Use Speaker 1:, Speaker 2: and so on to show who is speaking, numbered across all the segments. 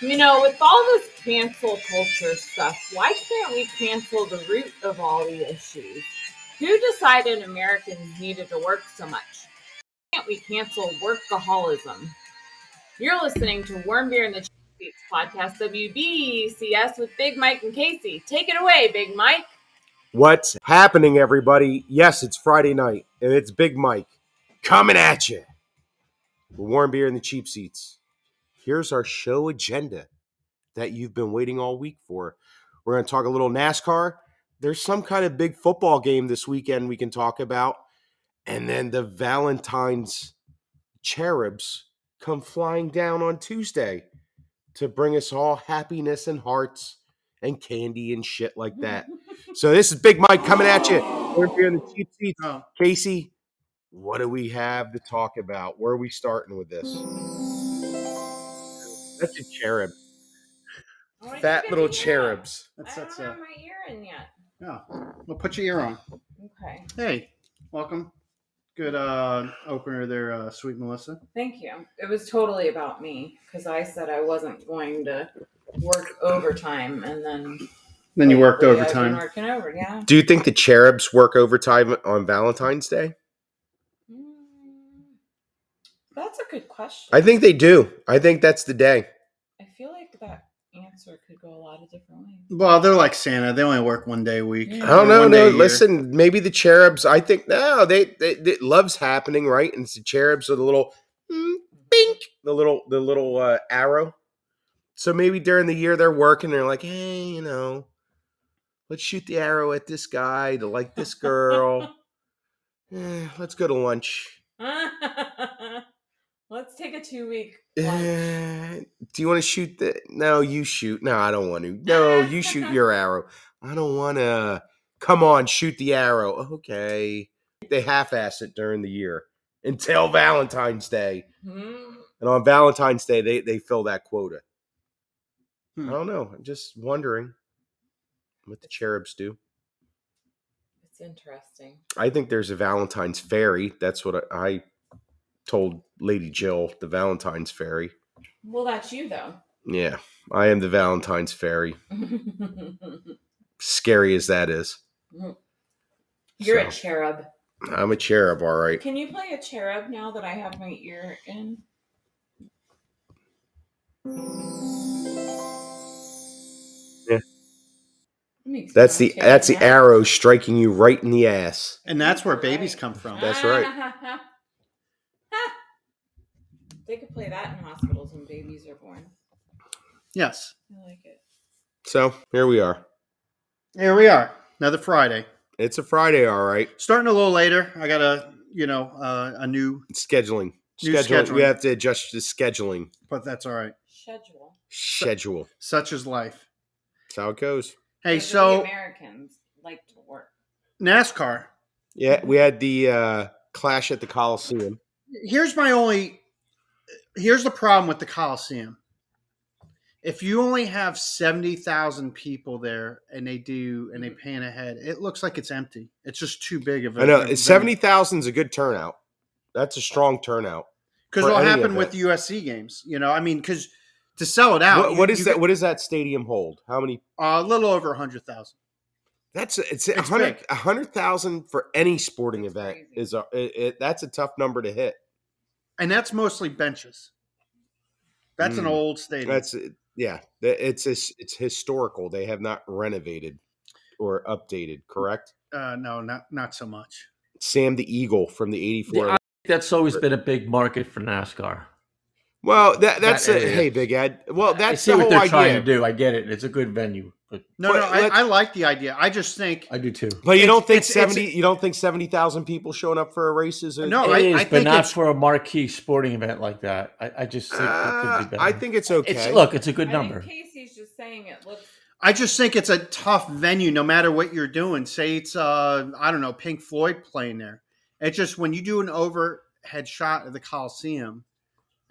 Speaker 1: You know, with all this cancel culture stuff, why can't we cancel the root of all the issues? Who decided Americans needed to work so much? Why can't we cancel workaholism? You're listening to Worm Beer and the Cheats podcast, WBCS, with Big Mike and Casey. Take it away, Big Mike.
Speaker 2: What's happening, everybody? Yes, it's Friday night, and it's Big Mike coming at you. Warm beer and the cheap seats. Here's our show agenda that you've been waiting all week for. We're going to talk a little NASCAR. There's some kind of big football game this weekend we can talk about. And then the Valentine's cherubs come flying down on Tuesday to bring us all happiness and hearts and candy and shit like that. So this is Big Mike coming at you. We're here in the cheap seats.
Speaker 3: Oh.
Speaker 2: Casey, what do we have to talk about? Where are we starting with this? That's a cherub.
Speaker 1: I wanna
Speaker 2: Fat
Speaker 1: get
Speaker 2: little
Speaker 1: the ear.
Speaker 2: cherubs.
Speaker 3: That's
Speaker 1: I don't
Speaker 3: that's uh
Speaker 1: have my ear in yet.
Speaker 3: yeah. Well put your ear on.
Speaker 1: Okay.
Speaker 3: Hey, welcome. Good uh opener there, uh sweet Melissa.
Speaker 1: Thank you. It was totally about me because I said I wasn't going to work overtime, and then
Speaker 3: Then you worked
Speaker 1: lately I've been
Speaker 3: overtime.
Speaker 1: Working over, Oh, yeah.
Speaker 2: Do you think the cherubs work overtime on Valentine's Day?
Speaker 1: Mm, That's a good question.
Speaker 2: I think they do. I think that's the day.
Speaker 1: I feel like that answer could go a lot of different ways.
Speaker 3: Well, they're like Santa. They only work one day a week.
Speaker 1: I
Speaker 2: I don't
Speaker 3: or
Speaker 2: know.
Speaker 3: one day
Speaker 2: Oh, No,
Speaker 3: a year.
Speaker 2: listen. Maybe the cherubs. I think no. They, they, they loves happening, right? And it's the cherubs are the little mm, bink, the little the little uh, arrow. So maybe during the year they're working. They're like, hey, you know, let's shoot the arrow at this guy to like this girl. Eh, let's go to lunch.
Speaker 1: Let's take a two week.
Speaker 2: Eh, do you want to shoot the? No, you shoot. No, I don't want to. No, you shoot your arrow. I don't want to. Come on, shoot the arrow. Okay. They half ass it during the year until Valentine's Day.
Speaker 1: Hmm.
Speaker 2: And on Valentine's Day, they, they fill that quota.
Speaker 3: Hmm.
Speaker 2: I don't know. I'm just wondering what the cherubs do.
Speaker 1: It's interesting.
Speaker 2: I think there's a Valentine's fairy. That's what I, I told Lady Jill, the Valentine's fairy.
Speaker 1: Well, that's you though.
Speaker 2: Yeah, I am the Valentine's fairy. Scary as that is.
Speaker 1: You're a
Speaker 2: So,
Speaker 1: cherub.
Speaker 2: I'm a cherub, all right.
Speaker 1: Can you play a cherub now that I have my ear in?
Speaker 2: Yeah.
Speaker 1: Makes
Speaker 2: That's
Speaker 1: me
Speaker 2: the
Speaker 1: wanna
Speaker 2: that's the
Speaker 1: take a nap.
Speaker 2: arrow striking you right in the ass.
Speaker 3: And that's where babies come from.
Speaker 2: That's right.
Speaker 1: they could play that in hospitals when babies are born.
Speaker 3: Yes.
Speaker 1: I like it.
Speaker 2: So here we are.
Speaker 3: Here we are. Another Friday.
Speaker 2: It's a Friday, all right.
Speaker 3: Starting a little later. I got a you know, uh, a new
Speaker 2: Scheduling.
Speaker 3: New
Speaker 2: scheduling. We
Speaker 3: scheduling.
Speaker 2: have to adjust the scheduling.
Speaker 3: but that's all right.
Speaker 1: Schedule.
Speaker 2: Schedule.
Speaker 3: Such is life.
Speaker 2: That's how it goes.
Speaker 3: Hey,
Speaker 1: Because we
Speaker 3: so
Speaker 1: Americans like to work.
Speaker 3: NASCAR.
Speaker 2: Yeah, we had the uh, clash at the Coliseum.
Speaker 3: here's my only here's the problem with the Coliseum. If you only have seventy thousand people there, and they do, and they pan ahead, it looks like it's empty. It's just too big of a.
Speaker 2: I know it's seventy thousand is a good turnout. That's a strong turnout.
Speaker 3: Because
Speaker 2: for
Speaker 3: what
Speaker 2: any
Speaker 3: happened
Speaker 2: event.
Speaker 3: with the USC games? You know, I mean, because to sell it out,
Speaker 2: What,
Speaker 3: you-
Speaker 2: what is
Speaker 3: you
Speaker 2: that?
Speaker 3: get,
Speaker 2: What does that stadium hold? How many?
Speaker 3: a little over hundred thousand.
Speaker 2: That's it's
Speaker 3: It's
Speaker 2: a
Speaker 3: big.
Speaker 2: hundred thousand for any sporting
Speaker 1: That's
Speaker 2: event
Speaker 1: crazy.
Speaker 2: is a it, it, that's a tough number to hit.
Speaker 3: and that's mostly benches. That's an
Speaker 2: Mm.
Speaker 3: old stadium.
Speaker 2: That's yeah. that- It's it's it's historical. They have not renovated or
Speaker 4: Mm.
Speaker 2: updated. Correct.
Speaker 3: uh, no, not not so much.
Speaker 2: Sam the Eagle from the '84.
Speaker 4: Yeah, I think that's always been a big market for NASCAR.
Speaker 2: well, that that's
Speaker 4: That
Speaker 2: a,
Speaker 4: area.
Speaker 2: hey, Big Ed. Well,
Speaker 4: I
Speaker 2: that's
Speaker 4: see
Speaker 2: the
Speaker 4: what
Speaker 2: whole
Speaker 4: they're
Speaker 2: idea.
Speaker 4: trying to do. I get it. It's a good venue, but
Speaker 3: No,
Speaker 2: But
Speaker 3: no, I,
Speaker 2: let's-
Speaker 3: I like the idea. I just think
Speaker 4: I do too.
Speaker 2: But you
Speaker 3: It's-
Speaker 2: don't think
Speaker 3: it's- it's-
Speaker 2: seventy? you don't think seventy thousand people showing up for a race is a,
Speaker 3: No,
Speaker 4: It
Speaker 3: I-
Speaker 4: is,
Speaker 3: I
Speaker 4: but
Speaker 3: think
Speaker 4: not
Speaker 3: it's-
Speaker 4: for a marquee sporting event like that. I, I just think it
Speaker 2: Uh,
Speaker 4: could be better.
Speaker 2: I think it's okay.
Speaker 4: it's look, it's a good
Speaker 1: I
Speaker 4: number.
Speaker 1: think Casey's just saying it looks.
Speaker 3: I just think it's a tough venue, no matter what you're doing. Say it's uh, I don't know, Pink Floyd playing there. It's just when you do an overhead shot of the Coliseum,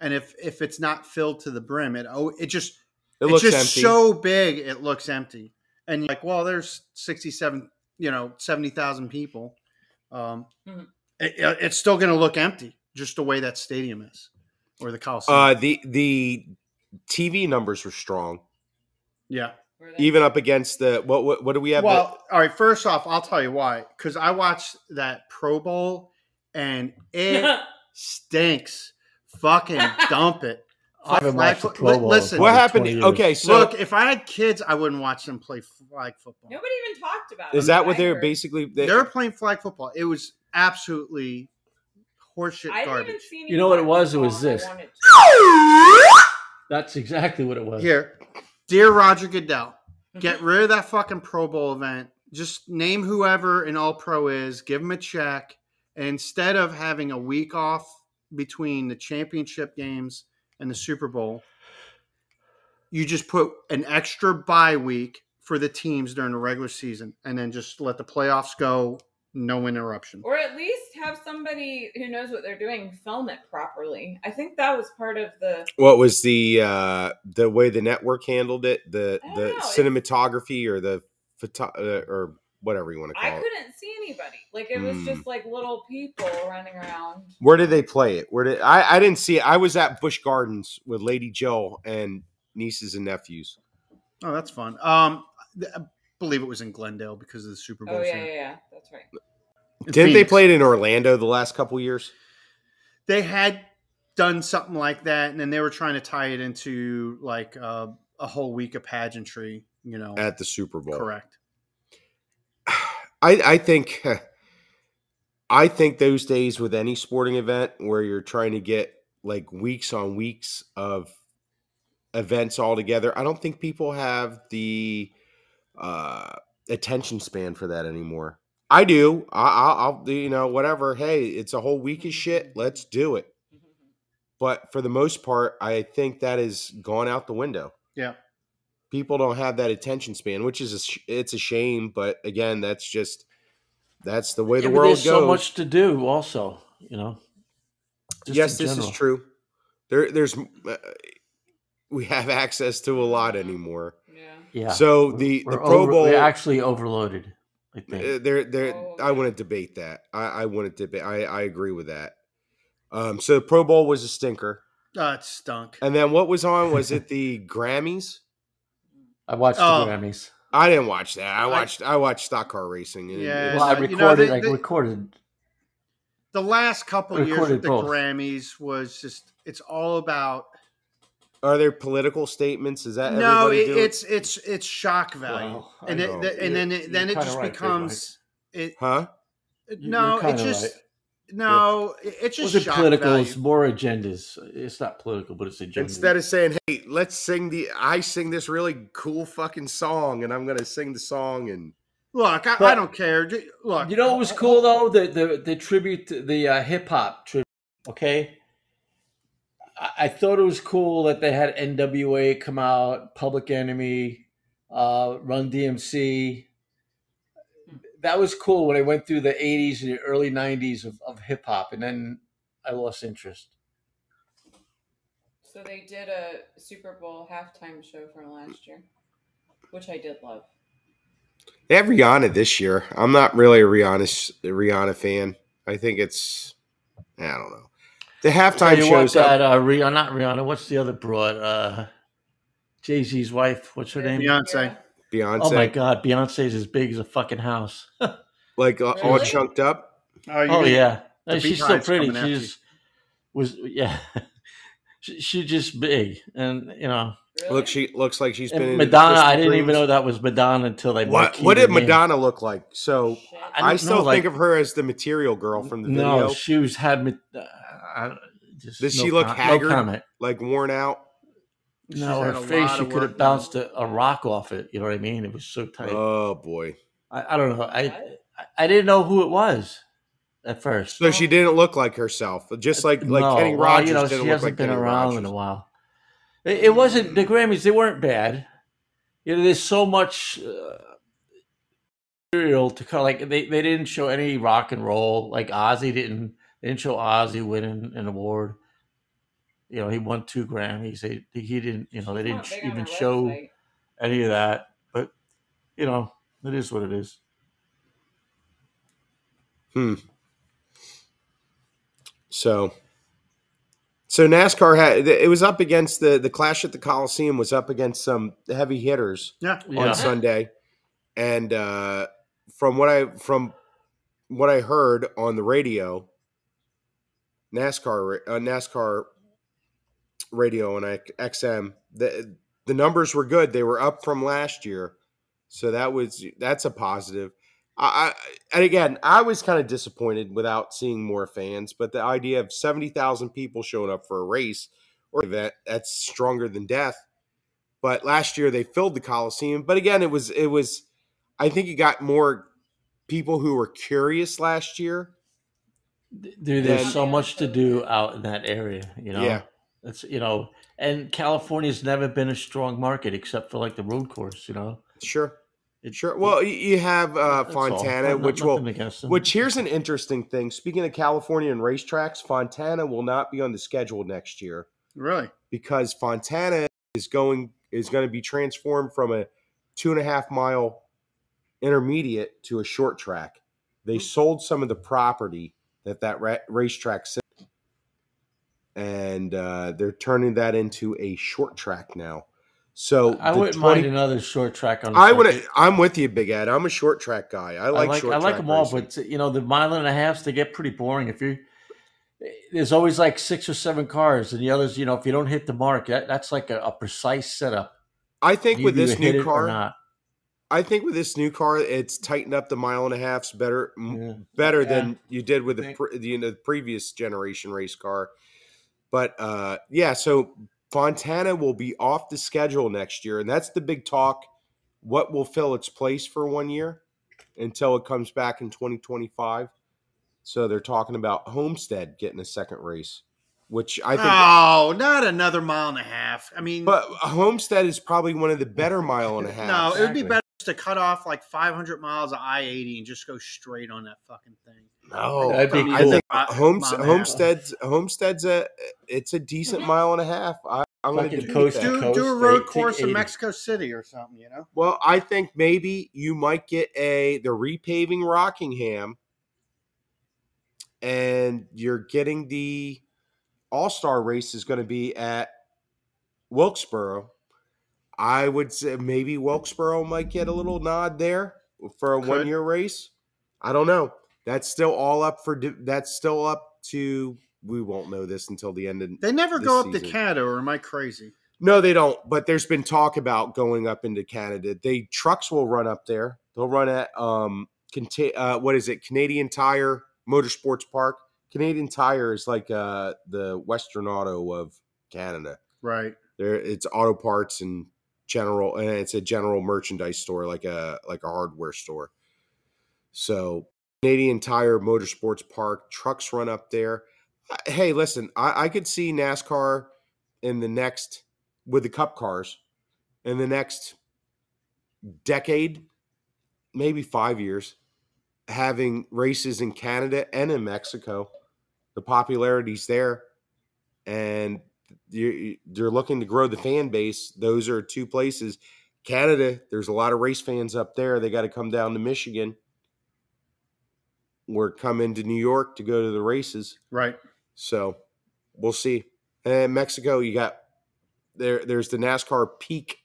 Speaker 3: and if if it's not filled to the brim, it oh, it just
Speaker 2: it
Speaker 3: it's
Speaker 2: looks
Speaker 3: just
Speaker 2: empty.
Speaker 3: so big, it looks empty. And you're like, well, there's sixty seven, you know, seventy thousand people. Um,
Speaker 1: Mhm.
Speaker 3: it- it- it's still going to look empty, just the way that stadium is, or the Coliseum.
Speaker 2: uh, the the TV numbers were strong,
Speaker 3: Yeah.
Speaker 1: Were they-
Speaker 2: even up against the what? What, what do we have?
Speaker 3: well, all right. First off, I'll tell you why. Because I watched that Pro Bowl and it stinks. Fucking dump it.
Speaker 4: I haven't watched the
Speaker 3: Fuck,
Speaker 4: Pro Bowl.
Speaker 2: the,
Speaker 3: listen.
Speaker 4: in
Speaker 2: what
Speaker 4: like
Speaker 2: happened?
Speaker 4: 20 years.
Speaker 2: Okay, so
Speaker 3: Look, if I had kids, I wouldn't watch them play flag football.
Speaker 1: Nobody even talked about it.
Speaker 2: is that what
Speaker 1: I
Speaker 2: they're
Speaker 1: heard.
Speaker 2: basically? They,
Speaker 3: They, were playing flag football. It was absolutely horseshit
Speaker 1: I didn't
Speaker 3: garbage.
Speaker 1: even see any
Speaker 4: You know what it
Speaker 1: black
Speaker 4: was? It
Speaker 1: football
Speaker 4: was
Speaker 1: and I
Speaker 4: this.
Speaker 1: wanted
Speaker 4: That's exactly what it was.
Speaker 3: Here, dear Roger Goodell,
Speaker 4: Mm-hmm.
Speaker 1: to.
Speaker 3: get rid of that fucking Pro Bowl event. Just name whoever an All Pro is, give them a check, and instead of having a week off between the championship games and the Super Bowl, you just put an extra bye week for the teams during the regular season, and then just let the playoffs go, no interruption.
Speaker 1: Or at least have somebody who knows what they're doing film it properly. I think that was part of the.
Speaker 2: what was the uh the way the network handled it the
Speaker 1: I don't
Speaker 2: the
Speaker 1: know, it's-
Speaker 2: cinematography or the photo uh, or whatever you want to
Speaker 1: I
Speaker 2: call it
Speaker 1: couldn't see anybody. Like it was
Speaker 2: Mm.
Speaker 1: just like little people running around.
Speaker 2: where did they play it where did i i didn't see it i was at bush gardens with lady jill and nieces and nephews
Speaker 3: Oh, that's fun. Um, th- I believe it was in Glendale because of the Super Bowl.
Speaker 1: Oh yeah,
Speaker 3: so-
Speaker 1: yeah, yeah. That's right.
Speaker 3: in
Speaker 2: didn't they
Speaker 3: Phoenix.
Speaker 2: play it in orlando the last couple years
Speaker 3: They had done something like that, and then they were trying to tie it into like uh, a whole week of pageantry. You know,
Speaker 2: at the super bowl
Speaker 3: correct?
Speaker 2: I, I think I think those days with any sporting event where you're trying to get like weeks on weeks of events all together, I don't think people have the uh, attention span for that anymore. I do. I, I'll, I'll you know whatever. Hey, it's a whole week of shit. Let's do it.
Speaker 1: Mm-hmm.
Speaker 2: But for the most part, I think that has gone out the window.
Speaker 3: Yeah.
Speaker 2: People don't have that attention span, which is a sh- it's a shame, but again, that's just that's the way
Speaker 4: Yeah,
Speaker 2: the
Speaker 4: but
Speaker 2: world goes.
Speaker 4: there's so much to do, also, you know. Just
Speaker 2: yes,
Speaker 4: in
Speaker 2: this is
Speaker 4: general.
Speaker 2: true. There there's uh, we have access to a lot anymore.
Speaker 1: Yeah.
Speaker 4: Yeah.
Speaker 2: So
Speaker 4: We're-
Speaker 2: the
Speaker 4: we're
Speaker 2: the Pro
Speaker 4: over-
Speaker 2: Bowl
Speaker 4: we're actually overloaded. I think.
Speaker 2: Uh, there, there.
Speaker 1: Oh,
Speaker 2: I
Speaker 1: yeah.
Speaker 2: want to debate that. I, I want to debate. I, I agree with that. Um, so Pro Bowl was a stinker,
Speaker 3: Uh, it stunk.
Speaker 2: and then what was on? Was it the Grammys?
Speaker 4: I watched
Speaker 3: Oh.
Speaker 4: the Grammys.
Speaker 2: I didn't watch that. I watched. I, watched stock car racing. And
Speaker 3: Yeah.
Speaker 2: yeah.
Speaker 4: Well, I
Speaker 3: so, you
Speaker 4: recorded.
Speaker 3: know, they-
Speaker 4: I
Speaker 3: they-
Speaker 4: recorded.
Speaker 3: The last couple
Speaker 4: I
Speaker 3: years
Speaker 4: recorded
Speaker 3: with the
Speaker 4: both.
Speaker 3: Grammys was just—it's all about
Speaker 2: Are there political statements? Is that
Speaker 3: no,
Speaker 2: everybody
Speaker 3: it,
Speaker 2: doing-
Speaker 3: it's it's it's shock value,
Speaker 4: Well, I
Speaker 3: and it,
Speaker 2: know.
Speaker 3: th- and then it,
Speaker 4: You're-
Speaker 3: then
Speaker 4: you're
Speaker 3: it
Speaker 4: kinda
Speaker 3: just
Speaker 4: right, Big
Speaker 3: becomes it.
Speaker 2: huh?
Speaker 4: You-
Speaker 3: no,
Speaker 4: you're
Speaker 3: it
Speaker 4: kinda
Speaker 3: just
Speaker 4: right.
Speaker 3: no, it, it's
Speaker 4: Well,
Speaker 3: just
Speaker 4: the
Speaker 3: shock
Speaker 4: political.
Speaker 3: value.
Speaker 4: It's more agendas. It's not political, but it's agenda.
Speaker 2: Instead of saying, "Hey, let's sing the," I sing this really cool fucking song, and I'm gonna sing the song. And
Speaker 3: Look, I, I
Speaker 4: But-
Speaker 3: don't care. Ju- Look,
Speaker 4: You know what was cool though? The the, the tribute, to the uh, hip hop tribute. Okay, I, I thought it was cool that they had NWA come out, Public Enemy, uh, Run DMC. That was cool when I went through the '80s and the early '90s of, of hip hop, and then I lost interest.
Speaker 1: So they did a Super Bowl halftime show from last year, which I did love.
Speaker 2: they have Rihanna this year. I'm not really a Rihanna s- a Rihanna fan. I think it's I don't know. The halftime
Speaker 4: Tell you what,
Speaker 2: shows up.
Speaker 4: that, uh, Rihanna, not Rihanna. What's the other broad? Uh, Jay Z's wife. What's her name?
Speaker 3: Yeah. Beyonce.
Speaker 2: Beyonce,
Speaker 4: Oh my God, Beyonce's as big as a fucking house.
Speaker 2: Oh, like uh, all
Speaker 1: Really?
Speaker 2: chunked up.
Speaker 3: Oh, you're
Speaker 4: Oh
Speaker 3: gonna-
Speaker 4: yeah,
Speaker 3: the
Speaker 4: Uh, she's
Speaker 3: beehive's
Speaker 4: still pretty.
Speaker 3: coming at
Speaker 4: She
Speaker 3: you.
Speaker 4: just was yeah. she, she just big, and you know,
Speaker 1: Really?
Speaker 2: Look, she looks like she's
Speaker 4: and
Speaker 2: been in
Speaker 4: Madonna.
Speaker 2: Krispy
Speaker 4: I didn't even
Speaker 2: Kremes.
Speaker 4: know that was Madonna until they
Speaker 2: What
Speaker 4: marqueed
Speaker 2: What
Speaker 4: her
Speaker 2: did
Speaker 4: name.
Speaker 2: Madonna look like? So
Speaker 1: Shit.
Speaker 4: oh, I-
Speaker 2: I,
Speaker 4: don't
Speaker 2: still
Speaker 4: know, like-
Speaker 2: think of her as the material girl from the video,
Speaker 4: No, she was had. ma- Uh, I, just
Speaker 2: Does
Speaker 4: no
Speaker 2: she look
Speaker 4: com-
Speaker 2: haggard?
Speaker 4: No comment.
Speaker 2: like worn out.
Speaker 3: She's
Speaker 4: no,
Speaker 3: had
Speaker 4: her
Speaker 3: a
Speaker 4: face.
Speaker 3: lot
Speaker 4: She
Speaker 3: of
Speaker 4: could
Speaker 3: work
Speaker 4: have
Speaker 3: done.
Speaker 4: bounced a, a rock off it. You know what I mean? It was so tight.
Speaker 2: Oh boy!
Speaker 4: I, I don't know. I,
Speaker 1: What?
Speaker 4: I I didn't know who it was at first.
Speaker 2: So she didn't look like herself, just like like
Speaker 4: Uh, No,
Speaker 2: Kenny
Speaker 4: well,
Speaker 2: Rogers
Speaker 4: you know,
Speaker 2: didn't
Speaker 4: she
Speaker 2: look
Speaker 4: hasn't
Speaker 2: like
Speaker 4: been
Speaker 2: Kenny
Speaker 4: around
Speaker 2: Rogers.
Speaker 4: in a while. It, it wasn't the Grammys; they weren't bad. You know, there's so much uh, material to kind of like they, they didn't show any rock and roll. Like Ozzy didn't they didn't show Ozzy winning an award. You know, he won two Grammys. They he didn't. You know, they
Speaker 1: She's
Speaker 4: didn't
Speaker 1: not big on
Speaker 4: even
Speaker 1: her
Speaker 4: show
Speaker 1: website.
Speaker 4: any of that. But you know, it is what it is.
Speaker 2: So So NASCAR had it was up against the the clash at the Coliseum was up against some heavy hitters
Speaker 3: Yeah.
Speaker 4: Yeah.
Speaker 2: on Sunday, and uh, from what I from what I heard on the radio, NASCAR uh, NASCAR radio and I- XM the the numbers were good. They were up from last year, so that was that's a positive. I, I and again, I was kind of disappointed without seeing more fans, but the idea of seventy thousand people showing up for a race or event that's stronger than death but last year they filled the Coliseum. But again, it was it was I think you got more people who were curious last year.
Speaker 4: Dude, there's
Speaker 2: Then-
Speaker 4: so much to do out in that area. You know,
Speaker 2: Yeah.
Speaker 4: That's you know, and California's never been a strong market except for like the road course. You know,
Speaker 2: Sure.
Speaker 4: It-
Speaker 2: Sure. Well, y- you have uh,
Speaker 4: That's all.
Speaker 2: Fontana,
Speaker 4: Not-
Speaker 2: which
Speaker 4: nothing
Speaker 2: will
Speaker 4: against them.
Speaker 2: which here's an interesting thing. Speaking of California and racetracks, Fontana will not be on the schedule next year
Speaker 3: Really?
Speaker 2: because Fontana is going is going to be transformed from a two and a half mile intermediate to a short track. They
Speaker 4: Mm.
Speaker 2: sold some of the property that that ra- racetrack sits, and uh, they're turning that into a short track now. So
Speaker 4: I
Speaker 2: the
Speaker 4: wouldn't
Speaker 2: 20
Speaker 4: mind another short track on. the
Speaker 2: I
Speaker 4: circuit.
Speaker 2: would. I'm with you, Big Ed. I'm a short track guy. I
Speaker 4: I
Speaker 2: like.
Speaker 4: like I like,
Speaker 2: short track
Speaker 4: them all,
Speaker 2: racing.
Speaker 4: but you know the mile and a halfs they get pretty boring. If you there's always like six or seven cars, and the others, you know, if you don't hit the mark, that, that's like a, a precise setup.
Speaker 2: I think
Speaker 4: You
Speaker 2: with
Speaker 4: either
Speaker 2: this
Speaker 4: hit it
Speaker 2: new
Speaker 4: or
Speaker 2: car,
Speaker 4: not.
Speaker 2: I think with this new car, it's tightened up the mile and a half's better, m-
Speaker 4: Yeah.
Speaker 2: better
Speaker 4: Yeah.
Speaker 3: uh,
Speaker 2: than you did with the,
Speaker 4: Think-
Speaker 2: pre, the, you know, the previous generation race car. But uh, yeah, so Fontana will be off the schedule next year, and that's the big talk. What will fill its place for one year until it comes back in 2025? So they're talking about Homestead getting a second race, which I think.
Speaker 3: oh, not another mile and a half. I mean,
Speaker 2: But Homestead is probably one of the better mile and a half.
Speaker 3: no, it would be
Speaker 4: Exactly.
Speaker 3: better just to cut off like 500 miles of I 80 and just go straight on that fucking thing.
Speaker 2: no,
Speaker 4: That'd be
Speaker 3: Another
Speaker 2: cool.
Speaker 3: mi-
Speaker 2: Oh, Homes,
Speaker 3: mile and a half.
Speaker 2: homestead's homestead's a it's a decent mile and a half. I, I'm going to
Speaker 4: Fucking
Speaker 2: debate
Speaker 4: coast
Speaker 2: that.
Speaker 4: to
Speaker 3: Do,
Speaker 4: Coast,
Speaker 3: do a
Speaker 4: they
Speaker 3: road
Speaker 4: take
Speaker 3: course in
Speaker 4: 80.
Speaker 3: Mexico City or something, you know?
Speaker 2: Well, I think maybe you might get a the repaving Rockingham, and you're getting the All Star race is going to be at Wilkesboro. I would say maybe Wilkesboro might get a little nod there for a
Speaker 3: Could.
Speaker 2: one year race. I don't know. That's still all up for. de- That's still up to. We won't know this until the end of
Speaker 3: They never
Speaker 2: This
Speaker 3: go up to
Speaker 2: season.
Speaker 3: Canada, or am I crazy?
Speaker 2: No, they don't. But there's been talk about going up into Canada. They trucks will run up there. They'll run at um, conta- uh, what is it? Canadian Tire Motorsports Park. Canadian Tire is like uh, the Western Auto of Canada.
Speaker 3: Right.
Speaker 2: There, it's auto parts and general, and it's a general merchandise store, like a like a hardware store. So Canadian Tire Motorsports Park trucks run up there. I- Hey, listen, I, I could see NASCAR in the next with the Cup cars in the next decade, maybe five years, having races in Canada and in Mexico. The popularity's there, and you they're looking to grow the fan base. Those are two places. Canada, there's a lot of race fans up there. They got to come down to Michigan or come into New York to go to the races.
Speaker 3: Right.
Speaker 2: So we'll see. And Mexico, you got there. There's the NASCAR Peak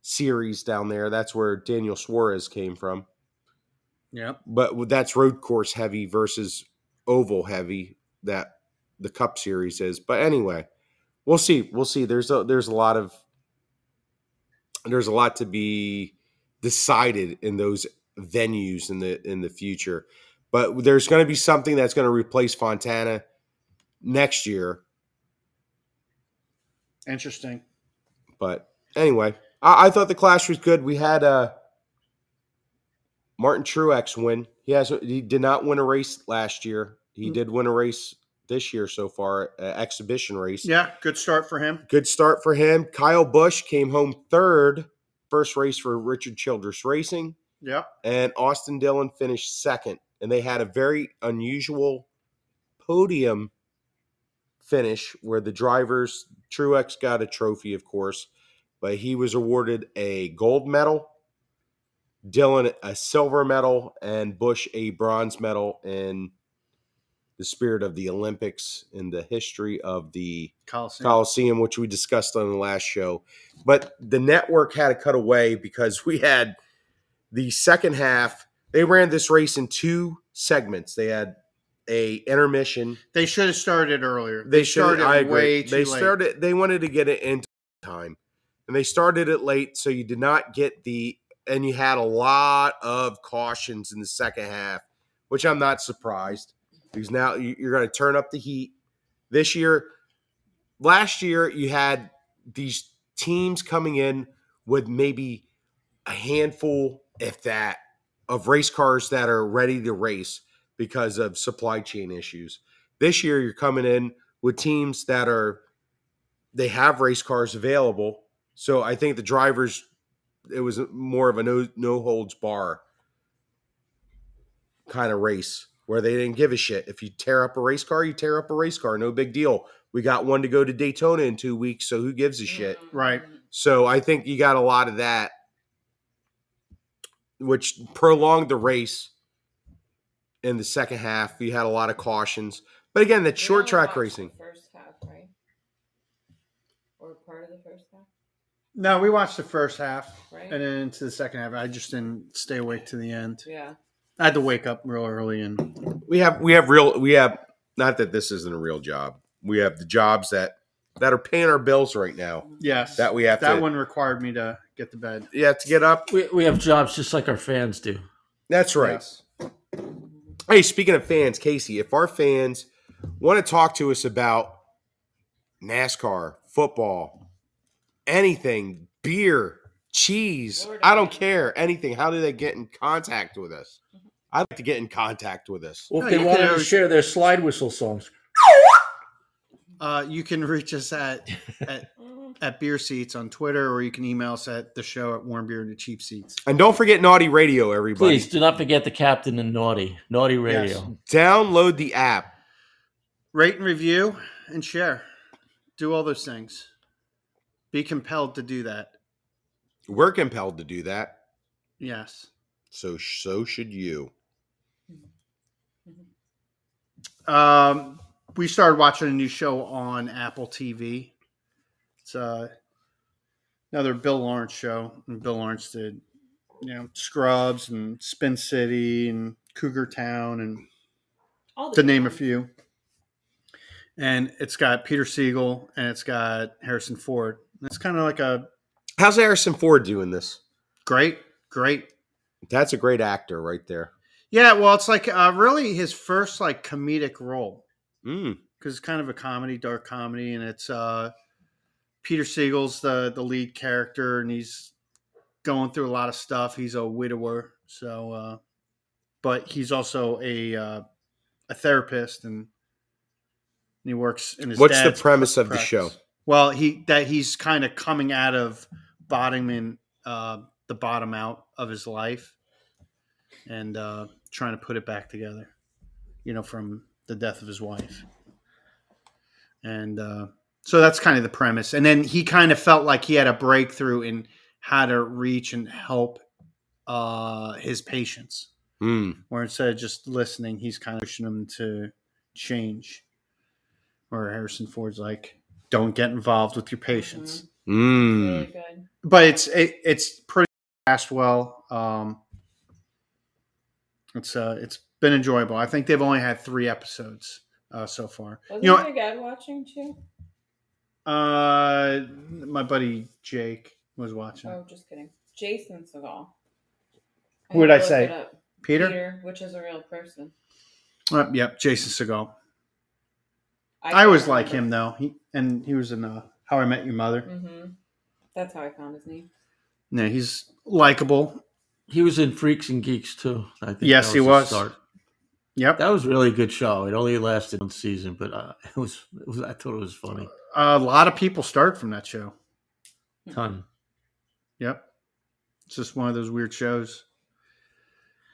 Speaker 2: Series down there. That's where Daniel Suarez came from.
Speaker 3: Yep.
Speaker 2: But that's road course heavy versus oval heavy that the Cup Series is. But anyway, we'll see. We'll see. There's a there's a lot of there's a lot to be decided in those venues in the in the future. But there's going to be something that's going to replace Fontana next year.
Speaker 3: Interesting.
Speaker 2: But anyway, I, I thought the clash was good. We had uh, Martin Truex win. He has he did not win a race last year. He did win a race this year so far, uh, exhibition race.
Speaker 3: Yeah, good start for him.
Speaker 2: Good start for him. Kyle Busch came home third, first race for Richard Childress Racing,
Speaker 3: Yep.
Speaker 2: and Austin Dillon finished second. And they had a very unusual podium finish where the drivers, Truex got a trophy, of course, but he was awarded a gold medal, Dillon a silver medal, and Bush a bronze medal in the spirit of the Olympics and the history of the
Speaker 3: Coliseum.
Speaker 2: Coliseum, which we discussed on the last show. But the network had to cut away because we had the second half. They ran this race in two segments. They had a intermission.
Speaker 3: They should have started earlier.
Speaker 2: They, started.
Speaker 3: started
Speaker 2: I agree.
Speaker 3: way too
Speaker 2: they
Speaker 3: late.
Speaker 2: started. They wanted to get it into time, and they started it late, so you did not get the. And you had a lot of cautions in the second half, which I'm not surprised because now you- you're going to turn up the heat. This year, last year you had these teams coming in with maybe a handful, if that, of race cars that are ready to race because of supply chain issues. This year, you're coming in with teams that are they have race cars available. So I think the drivers it was more of a no no holds bar kind of race where they didn't give a shit. If you tear up a race car, you tear up a race car, no big deal. We got one to go to Daytona in 2 weeks, so who gives
Speaker 1: Mm-hmm.
Speaker 2: a shit?
Speaker 3: Right.
Speaker 2: So I think you got a lot of that, which prolonged the race in the second half. You had a lot of cautions. But again, that's
Speaker 1: We
Speaker 2: short
Speaker 1: only
Speaker 2: track
Speaker 1: watched the
Speaker 2: racing.
Speaker 1: First half, right? Or part of the first half,
Speaker 3: No, we watched the first half
Speaker 1: right?
Speaker 3: and then into the second half. I just didn't stay awake to the end.
Speaker 1: yeah.
Speaker 3: I had to wake up real early and
Speaker 2: We have we have real we have not that this isn't a real job. We have the jobs that that are paying our bills right now
Speaker 3: yes,
Speaker 2: that we have
Speaker 3: that
Speaker 2: to
Speaker 3: one required me to get to bed.
Speaker 2: you have to get up.
Speaker 4: We, we have jobs just like our fans do.
Speaker 2: That's right.
Speaker 3: Yes.
Speaker 2: Hey, speaking of fans, Casey, if our fans want to talk to us about NASCAR, football, anything, beer, cheese,
Speaker 1: Lord,
Speaker 2: I don't
Speaker 1: I-
Speaker 2: care, anything, how do they get in contact with us? I'd like to get in contact with us.
Speaker 4: Well, if
Speaker 3: No,
Speaker 4: they
Speaker 3: you
Speaker 4: wanted
Speaker 3: can
Speaker 4: to
Speaker 3: always-
Speaker 4: share their slide whistle songs,
Speaker 3: Uh, you can reach us at
Speaker 1: Mm.
Speaker 3: at beer seats on Twitter, or you can email us at the show at warm beer and the cheap seats.
Speaker 2: And don't forget Naughty Radio, everybody.
Speaker 4: please do not forget the captain and Naughty Naughty Radio.
Speaker 3: Yes.
Speaker 2: Download the app.
Speaker 3: Rate and review and share. Do all those things. Be compelled to do that.
Speaker 2: We're compelled to do that.
Speaker 3: Yes.
Speaker 2: So so should you.
Speaker 3: Um, we started watching a new show on Apple TV. It's uh, another Bill Lawrence show, and Bill Lawrence did, you know, Scrubs and Spin City and Cougar Town, and
Speaker 1: All the
Speaker 3: to name a
Speaker 1: good
Speaker 3: few. And it's got Peter Siegel and it's got Harrison Ford. And It's kind of like a
Speaker 2: How's Harrison Ford doing this?
Speaker 3: great, great
Speaker 2: That's a great actor right there.
Speaker 3: Yeah, well, it's like uh, really his first like comedic role
Speaker 2: Mm.
Speaker 3: because it's kind of a comedy, dark comedy, and it's uh, Peter Siegel's the the lead character, and he's going through a lot of stuff. He's a widower, so uh, but he's also a uh, a therapist, and, and he works in his.
Speaker 2: What's the
Speaker 3: dad's
Speaker 2: premise of the
Speaker 3: practice.
Speaker 2: show?
Speaker 3: Well, he that he's kind of coming out of bottoming uh, the bottom out of his life and uh, trying to put it back together. You know, from the death of his wife, and uh, so that's kind of the premise. And then he kind of felt like he had a breakthrough in how to reach and help uh, his patients
Speaker 2: Mm.
Speaker 3: where instead of just listening, he's kind of pushing them to change. Where Harrison Ford's like, "Don't get involved with your patients,"
Speaker 1: ones.
Speaker 4: Hmm.
Speaker 2: Mm.
Speaker 1: Really good.
Speaker 3: but it's it, it's pretty cast well. Um, it's uh, it's been enjoyable. I think they've only had three episodes uh, so far.
Speaker 1: Wasn't
Speaker 3: you know,
Speaker 1: your dad watching too?
Speaker 3: uh, my buddy Jake was watching.
Speaker 1: Oh, just kidding. Jason Segal.
Speaker 3: Who would I say? Peter,
Speaker 1: Peter? which is a real person.
Speaker 3: Uh, yep, Jason Segal.
Speaker 1: can't
Speaker 3: I always like him
Speaker 1: remember.
Speaker 3: though. He and he was in uh, How I Met Your Mother.
Speaker 1: Mhm. That's how I found his name. Mm-hmm.
Speaker 3: Yeah, he's likable.
Speaker 4: He was in Freaks and Geeks too. I think
Speaker 3: Yes,
Speaker 4: that
Speaker 3: he
Speaker 4: the
Speaker 3: was.
Speaker 4: start.
Speaker 3: Yep.
Speaker 4: That was a really good show. It only lasted one season, but uh, it, was, it was I thought it was funny.
Speaker 3: A lot of people start from that show.
Speaker 1: Hmm.
Speaker 4: Ton.
Speaker 3: Yep. It's just one of those weird shows.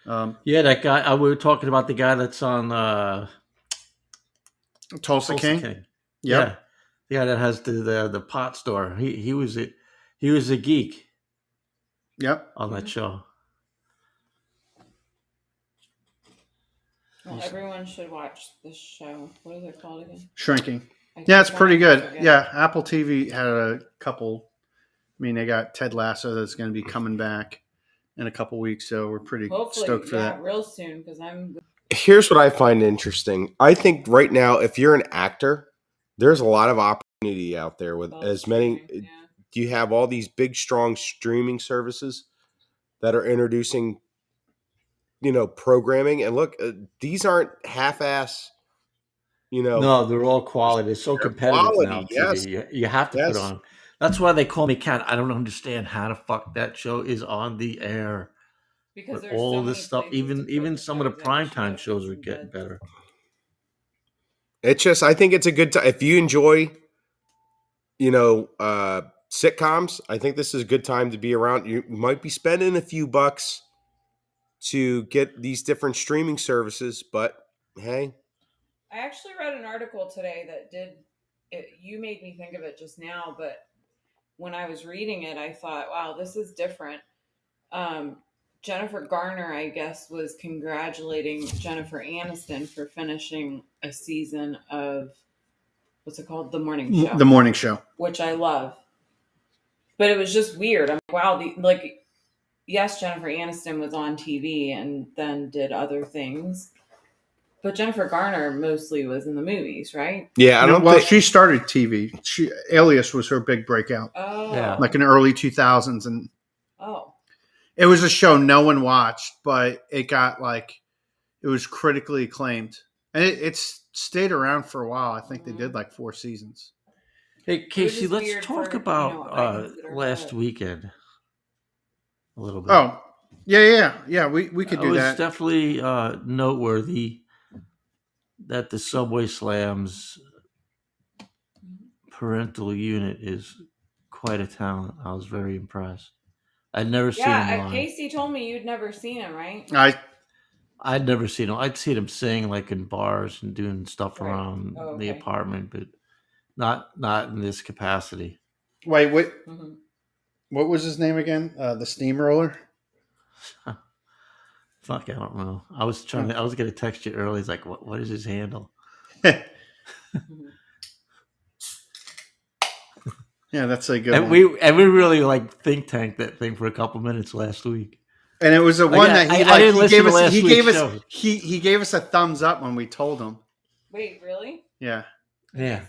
Speaker 3: Um,
Speaker 4: Yeah, that guy. I, we were talking about the guy that's on uh,
Speaker 3: Tulsa,
Speaker 4: Tulsa
Speaker 3: King.
Speaker 4: King.
Speaker 3: Yep.
Speaker 4: Yeah, the guy that has the, the the pot store. He he was a he was a geek
Speaker 3: Yep.
Speaker 4: on that
Speaker 1: Mhm.
Speaker 4: show.
Speaker 1: Well, everyone should watch this show. What is it called again?
Speaker 3: Shrinking.
Speaker 1: I
Speaker 3: Yeah, it's
Speaker 1: keep
Speaker 3: pretty
Speaker 1: wanting to
Speaker 3: good.
Speaker 1: forget.
Speaker 3: Yeah, Apple TV had a couple. I mean, they got Ted Lasso that's going to be coming back in a couple weeks, so we're pretty
Speaker 1: Hopefully,
Speaker 3: stoked for
Speaker 1: yeah,
Speaker 3: that.
Speaker 1: real soon because I'm
Speaker 2: Here's what I find interesting. I think right now, if you're an actor, there's a lot of opportunity out there with
Speaker 1: well,
Speaker 2: as many.
Speaker 1: streaming,
Speaker 2: You have all these big, strong streaming services that are introducing, you know, programming. And look, uh, these aren't half-ass. You know,
Speaker 4: No, they're all quality. It's so
Speaker 2: They're
Speaker 4: competitive
Speaker 2: quality,
Speaker 4: now. TV.
Speaker 2: yes.
Speaker 4: You, you have to
Speaker 2: Yes.
Speaker 4: put on. That's why they call me Cat. I don't understand how the fuck that show is on the air.
Speaker 1: Because
Speaker 4: with
Speaker 1: there's
Speaker 4: all
Speaker 1: so
Speaker 4: this
Speaker 1: many
Speaker 4: stuff,
Speaker 1: places
Speaker 4: even
Speaker 1: to
Speaker 4: even
Speaker 1: put
Speaker 4: some of the
Speaker 1: shows that you
Speaker 4: primetime
Speaker 1: should
Speaker 4: shows are
Speaker 1: listen to.
Speaker 4: getting better.
Speaker 2: it's just I think it's a good time if you enjoy, you know, uh sitcoms. I think this is a good time to be around. You might be spending a few bucks to get these different streaming services, but hey,
Speaker 1: I actually read an article today that did. It, you made me think of it just now, but when I was reading it, I thought, "Wow, this is different." Um, Jennifer Garner, I guess, was congratulating Jennifer Aniston for finishing a season of what's it called, The Morning Show,
Speaker 3: The morning show.
Speaker 1: which I love. But it was just weird. I'm like, wow, the, like, yes, Jennifer Aniston was on TV and then did other things, but Jennifer Garner mostly was in the movies, right?
Speaker 2: yeah, I don't
Speaker 3: well,
Speaker 2: think
Speaker 3: she started TV. She Alias was her big breakout,
Speaker 1: Oh,
Speaker 4: Yeah.
Speaker 3: like in the early two thousands, and
Speaker 1: oh,
Speaker 3: it was a show no one watched, but it got like it was critically acclaimed, and it, it's stayed around for a while. I think
Speaker 1: Mhm.
Speaker 3: they did like four seasons.
Speaker 4: Hey Casey,
Speaker 1: is
Speaker 4: let's
Speaker 1: weird
Speaker 4: talk
Speaker 1: for, you
Speaker 4: about
Speaker 1: know,
Speaker 4: uh,
Speaker 1: items that are
Speaker 4: last
Speaker 1: good.
Speaker 4: weekend a little bit.
Speaker 3: Oh, yeah, yeah, yeah. We we could
Speaker 4: it
Speaker 3: do
Speaker 4: was
Speaker 3: that.
Speaker 4: Oh, definitely uh, noteworthy that the Subway Slams parental unit is quite a talent. I was very impressed. I'd never seen him
Speaker 1: yeah. uh,
Speaker 4: live.
Speaker 1: Casey told me you'd never seen him, right?
Speaker 3: I
Speaker 4: I'd never seen him. I'd seen him sing like in bars and doing stuff
Speaker 1: Right.
Speaker 4: around
Speaker 1: Oh,
Speaker 4: the
Speaker 1: okay.
Speaker 4: apartment, but not not in this capacity.
Speaker 3: wait. What
Speaker 1: Mhm.
Speaker 3: what was his name again? Uh, the Steamroller.
Speaker 4: Fuck, I don't know. I was trying to. I was gonna text you early. It's like, what? What is his handle?
Speaker 3: yeah,
Speaker 1: Mhm.
Speaker 3: that's a good.
Speaker 4: And
Speaker 3: one.
Speaker 4: we and we really like think tank that thing for a couple minutes last week.
Speaker 3: And it was the
Speaker 4: Like,
Speaker 3: one
Speaker 4: I-
Speaker 3: that he
Speaker 4: Oh, I- I
Speaker 3: like
Speaker 4: didn't
Speaker 3: he
Speaker 4: listen
Speaker 3: gave
Speaker 4: to
Speaker 3: us
Speaker 4: last
Speaker 3: he
Speaker 4: week's
Speaker 3: gave us
Speaker 4: show.
Speaker 3: he he gave us a thumbs up when we told him.
Speaker 1: Wait, really?
Speaker 3: Yeah.
Speaker 4: Yeah.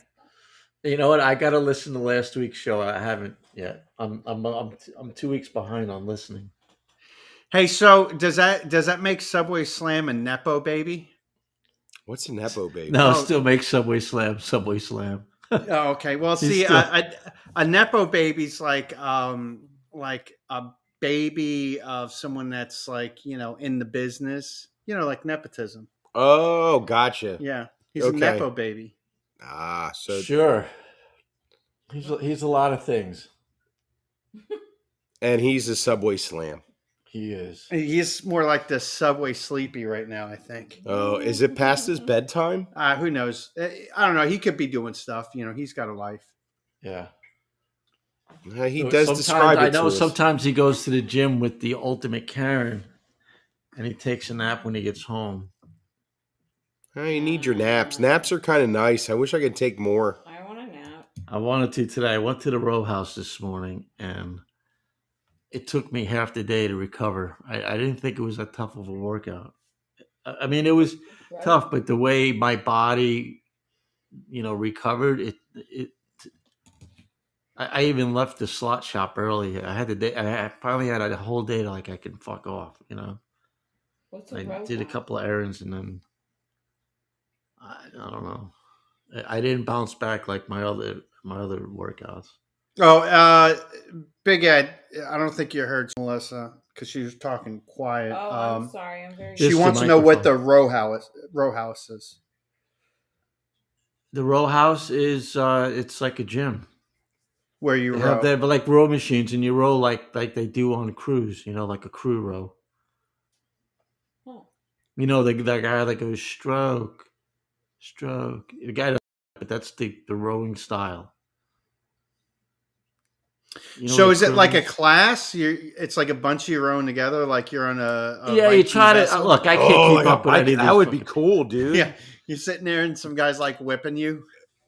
Speaker 4: You know what? I gotta listen to last week's show. I haven't yet. I'm I'm I'm, I'm two weeks behind on listening.
Speaker 3: Hey, so does that does that make Subway Slam a nepo baby?
Speaker 2: what's an nepo baby.
Speaker 4: No,
Speaker 3: Oh.
Speaker 4: still make Subway Slam. Subway Slam.
Speaker 3: oh, okay. Well,
Speaker 4: He's
Speaker 3: see,
Speaker 4: still-
Speaker 3: a, a, a nepo baby's like um like a baby of someone that's like you know in the business, you know, like nepotism.
Speaker 2: Oh, gotcha.
Speaker 3: Yeah, he's
Speaker 2: Okay.
Speaker 3: a nepo baby.
Speaker 2: Ah, so
Speaker 4: sure. He's a, he's a lot of things.
Speaker 2: and he's a subway slam.
Speaker 4: He is.
Speaker 3: He's more like the Subway sleepy right now. I think.
Speaker 2: Oh, is it past his bedtime?
Speaker 3: Uh, who knows? I I don't know. He could be doing stuff. You know, he's got a life.
Speaker 4: Yeah.
Speaker 2: Uh, He
Speaker 4: So
Speaker 2: does
Speaker 4: sometimes-
Speaker 2: describe it.
Speaker 4: I know
Speaker 2: to us.
Speaker 4: sometimes he goes to the gym with the ultimate Karen, and he takes a nap when he gets home.
Speaker 2: Hey, you need your naps. Naps are kind of nice. I wish I could take more.
Speaker 1: I want a nap.
Speaker 4: I wanted to today. I went to the row house this morning, and it took me half the day to recover. I, I didn't think it was that tough of a workout. I, I mean, it was
Speaker 1: Right?
Speaker 4: tough, but the way my body, you know, recovered, it it. I I even left the slot shop early. I had the day. I I finally had a whole day to like I can fuck off, you know.
Speaker 1: What's
Speaker 4: I
Speaker 1: a row
Speaker 4: did a
Speaker 1: house?
Speaker 4: couple of errands and then I, I don't know. I, I didn't bounce back like my other my other workouts.
Speaker 3: Oh, uh, Big Ed, I don't think you heard Melissa because she was talking quiet.
Speaker 1: Oh,
Speaker 3: um,
Speaker 1: I'm sorry. I'm very.
Speaker 3: she
Speaker 4: Just the
Speaker 3: wants to know what the
Speaker 4: microphone.
Speaker 3: row house row house is.
Speaker 4: The row house is uh it's like a gym.
Speaker 3: Where you
Speaker 4: You
Speaker 3: row.
Speaker 4: have they have like row machines and you row like like they do on a cruise, you know, like a crew row.
Speaker 1: Oh.
Speaker 4: You know, the that guy that goes stroke, stroke. The guy that- but that's the, the rowing style. You know,
Speaker 3: so
Speaker 4: the
Speaker 3: is it like a
Speaker 4: cruise.
Speaker 3: class? You're, it's like a bunch of your own together, like you're on a, a
Speaker 4: yeah? You
Speaker 3: Viking
Speaker 4: try to
Speaker 3: uh,
Speaker 4: uh,
Speaker 3: vessel?
Speaker 4: look. I can't
Speaker 2: Oh,
Speaker 4: keep
Speaker 2: like a
Speaker 4: up with
Speaker 2: bike-
Speaker 4: any of
Speaker 2: That
Speaker 4: these
Speaker 2: would be
Speaker 4: fucking-
Speaker 2: cool, dude.
Speaker 3: Yeah, you're sitting there and some guys like whipping you.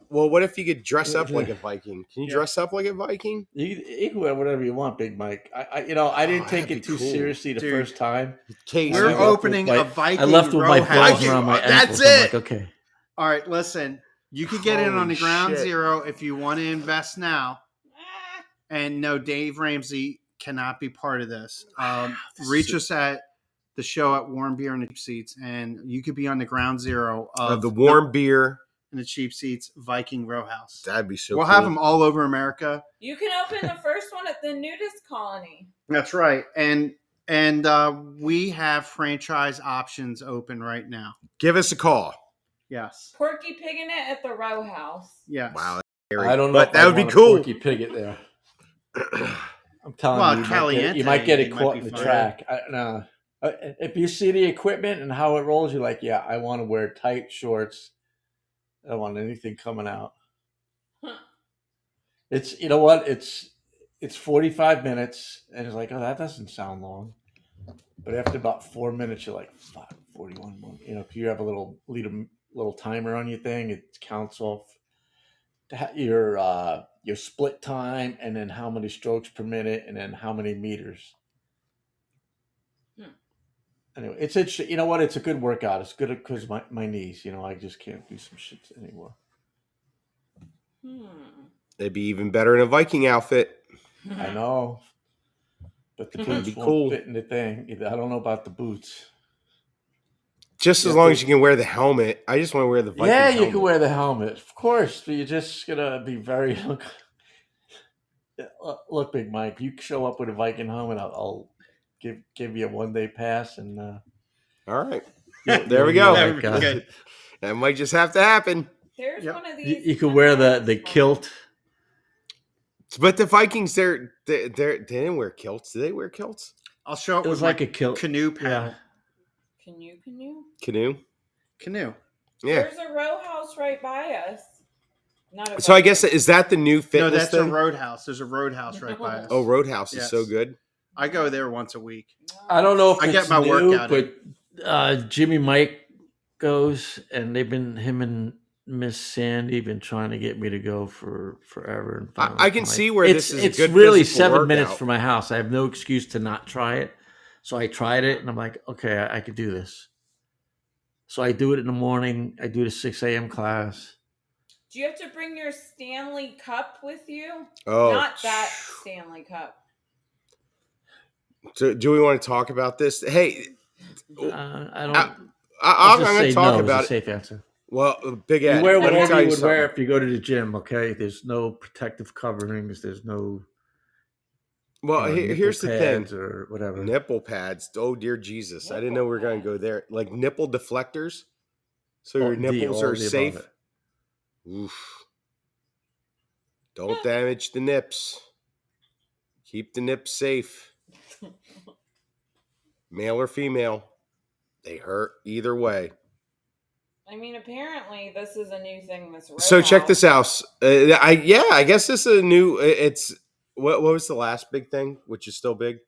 Speaker 2: Well, what if you could dress up like
Speaker 4: Yeah.
Speaker 2: a Viking? Can you
Speaker 3: Yeah.
Speaker 2: dress up like a Viking?
Speaker 4: You, you can wear whatever you want, Big Mike. I, I you know, I didn't
Speaker 2: Oh,
Speaker 4: take
Speaker 2: that'd
Speaker 4: it
Speaker 2: be
Speaker 4: too
Speaker 2: cool.
Speaker 4: seriously the
Speaker 3: Dude.
Speaker 4: first time.
Speaker 2: Kate,
Speaker 3: We're
Speaker 4: I left with
Speaker 3: opening
Speaker 4: my-
Speaker 3: a Viking.
Speaker 4: I left with
Speaker 3: row
Speaker 4: my
Speaker 3: house.
Speaker 4: balls around my
Speaker 3: That's
Speaker 4: ankles. I'm like,
Speaker 3: it.
Speaker 4: okay,
Speaker 3: All right, listen. You could get in on
Speaker 2: Holy
Speaker 3: the ground
Speaker 2: shit.
Speaker 3: zero if you want to invest now.
Speaker 1: Ah,
Speaker 3: And no, Dave Ramsey cannot be part of this. Um,
Speaker 2: this
Speaker 3: reach
Speaker 2: is-
Speaker 3: us at the show at Warm Beer and the Cheap Seats, and you could be on the ground zero of,
Speaker 2: of the warm beer.
Speaker 3: and the Cheap Seats Viking Row House.
Speaker 2: That'd be so
Speaker 3: we'll
Speaker 2: cool.
Speaker 3: have them all over America.
Speaker 1: You can open the first one at the nudist colony.
Speaker 3: That's right, and and uh, we have franchise options open right now.
Speaker 2: Give us a call.
Speaker 3: Yes,
Speaker 1: Porky Pig in it at the row house.
Speaker 3: yes.
Speaker 2: Wow.
Speaker 4: I don't know.
Speaker 2: But
Speaker 4: if
Speaker 2: that
Speaker 4: I
Speaker 2: would be
Speaker 4: want a
Speaker 2: cool.
Speaker 4: Porky pig it there. I'm telling
Speaker 3: Well,
Speaker 4: you,
Speaker 3: Caliente,
Speaker 4: you might, get, you might get
Speaker 3: it
Speaker 4: it
Speaker 3: might
Speaker 4: caught
Speaker 3: be
Speaker 4: in the
Speaker 3: fine.
Speaker 4: track. I, no. Uh, If you see the equipment and how it rolls, you're like, yeah, I want to wear tight shorts. I don't want anything coming out.
Speaker 1: Huh.
Speaker 4: It's you know what? It's it's 45 minutes, and it's like, oh, that doesn't sound long. But after about four minutes, you're like, fuck, 41 more. You know, 'cause you have a little lead a little timer on your thing. It counts off to ha- your uh, your split time, and then how many strokes per minute, and then how many meters.
Speaker 1: Hmm.
Speaker 4: Anyway, it's it's you know what? It's a good workout. It's good because my my knees. You know, I just can't do some shit anymore.
Speaker 1: Hmm.
Speaker 2: They'd be even better in a Viking outfit.
Speaker 4: I
Speaker 1: Mm-hmm.
Speaker 4: know, but the
Speaker 1: Mhm.
Speaker 4: boots
Speaker 2: Mm-hmm. Be
Speaker 4: won't
Speaker 2: cool.
Speaker 4: fit in the thing. I don't know about the boots.
Speaker 2: Just as
Speaker 4: Yeah,
Speaker 2: long
Speaker 4: dude.
Speaker 2: as you can wear the helmet. I just want to wear the Viking
Speaker 4: yeah, you
Speaker 2: helmet.
Speaker 4: can wear the helmet, of course. But you're just gonna be very look. Look, Big Mike, you show up with a Viking helmet, I'll, I'll give give you a one day pass, and uh,
Speaker 2: All right.
Speaker 4: you'll-
Speaker 2: There we go.
Speaker 4: you'll be
Speaker 3: There we
Speaker 4: like,
Speaker 3: go.
Speaker 4: uh,
Speaker 3: Okay.
Speaker 2: That might just have to happen.
Speaker 1: There's
Speaker 3: Yep.
Speaker 1: one of
Speaker 4: You,
Speaker 1: these.
Speaker 4: you could wear the the kilt.
Speaker 2: But the Vikings, they're, they're, they're, they didn't wear kilts. Did they wear kilts?
Speaker 3: I'll show up
Speaker 4: It was
Speaker 3: with
Speaker 4: like a
Speaker 3: my
Speaker 4: kilt.
Speaker 3: canoe paddle.
Speaker 4: yeah.
Speaker 1: Can you? Can you?
Speaker 2: Canoe?
Speaker 3: Canoe.
Speaker 2: Yeah.
Speaker 1: There's a row house right by us. Not a
Speaker 2: So I
Speaker 1: boat.
Speaker 2: guess, is that the new
Speaker 3: No,
Speaker 2: fitness
Speaker 3: that's
Speaker 2: thing?
Speaker 3: a roadhouse. There's a roadhouse right by us.
Speaker 2: oh, Roadhouse is so
Speaker 3: Yes.
Speaker 2: good.
Speaker 3: I go there once a week.
Speaker 4: I don't know if
Speaker 3: I
Speaker 4: it's
Speaker 3: get my
Speaker 4: new,
Speaker 3: workout
Speaker 4: but uh, Jimmy Mike goes, and they've been him and Miss Sandy been trying to get me to go for forever. And
Speaker 2: I-
Speaker 4: finally
Speaker 2: I can
Speaker 4: I'm
Speaker 2: see where
Speaker 4: it's,
Speaker 2: this is a
Speaker 4: It's
Speaker 2: good
Speaker 4: really
Speaker 2: physical
Speaker 4: seven minutes
Speaker 2: workout.
Speaker 4: from my house. I have no excuse to not try it. So I tried it, and I'm like, okay, I, I could do this. So I do it in the morning. I do the six a.m. class.
Speaker 1: Do you have to bring your Stanley Cup with you?
Speaker 2: Oh,
Speaker 1: Not that Stanley Cup.
Speaker 2: So, do we want to talk about this? Hey,
Speaker 4: Uh, I
Speaker 2: Oh,
Speaker 4: don't.
Speaker 2: I-
Speaker 4: I,
Speaker 2: I,
Speaker 4: I'll
Speaker 2: I'm
Speaker 4: just
Speaker 2: going
Speaker 4: say
Speaker 2: to talk
Speaker 4: no is
Speaker 2: about
Speaker 4: a
Speaker 2: it.
Speaker 4: safe answer.
Speaker 2: Well, Big
Speaker 4: you
Speaker 2: Ed,
Speaker 4: wear
Speaker 2: let me
Speaker 4: whatever
Speaker 2: tell
Speaker 4: you would wear
Speaker 2: something.
Speaker 4: if you go to the gym. Okay, there's no protective coverings. There's no.
Speaker 2: Well,
Speaker 4: you know,
Speaker 2: he-
Speaker 4: nipple
Speaker 2: here's the thing.
Speaker 4: pads or whatever.
Speaker 2: Nipple pads. Oh dear Jesus! I didn't know
Speaker 1: Nipple
Speaker 2: we were going to
Speaker 1: pads.
Speaker 2: go there. Like nipple deflectors, so
Speaker 4: Oh,
Speaker 2: your
Speaker 4: D,
Speaker 2: nipples
Speaker 4: all
Speaker 2: are
Speaker 4: of the above
Speaker 2: safe.
Speaker 4: it.
Speaker 2: Oof! Don't damage the nips. Keep the nips safe, male or female. They hurt either way.
Speaker 1: I mean, apparently this is a new thing. This row
Speaker 2: So check
Speaker 1: house.
Speaker 2: this out. Uh, I yeah, I guess this is a new. It's what what was the last big thing, which is still big.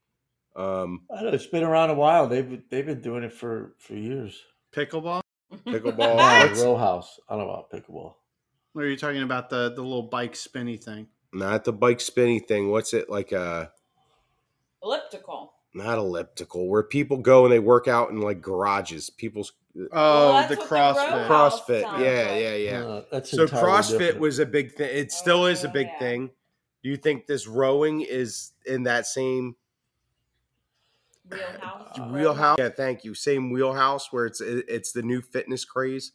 Speaker 2: Um,
Speaker 4: I know it's been around a while. They've they've been doing it for for years.
Speaker 3: Pickleball?
Speaker 2: Pickleball.
Speaker 4: No,
Speaker 2: What's-
Speaker 4: row house. I don't know about pickleball.
Speaker 3: What are you talking about? The the little bike spinny thing.
Speaker 2: not the bike spinny thing. What's it like? Uh,
Speaker 1: Elliptical.
Speaker 2: not elliptical, where people go and they work out in like garages. People's
Speaker 3: Oh,
Speaker 1: that's
Speaker 3: the
Speaker 1: what the road
Speaker 3: CrossFit.
Speaker 1: house-
Speaker 2: CrossFit.
Speaker 1: sounds
Speaker 2: Yeah,
Speaker 1: like-
Speaker 2: yeah, yeah.
Speaker 4: Uh, that's
Speaker 2: so
Speaker 4: entirely
Speaker 2: CrossFit
Speaker 4: different.
Speaker 2: was a big thing. It
Speaker 1: Oh,
Speaker 2: still is a big
Speaker 1: yeah.
Speaker 2: thing. Do you think this rowing is in that same
Speaker 1: Wheelhouse. row
Speaker 2: wheelhouse? Yeah, thank you. Same wheelhouse where it's it's the new fitness craze.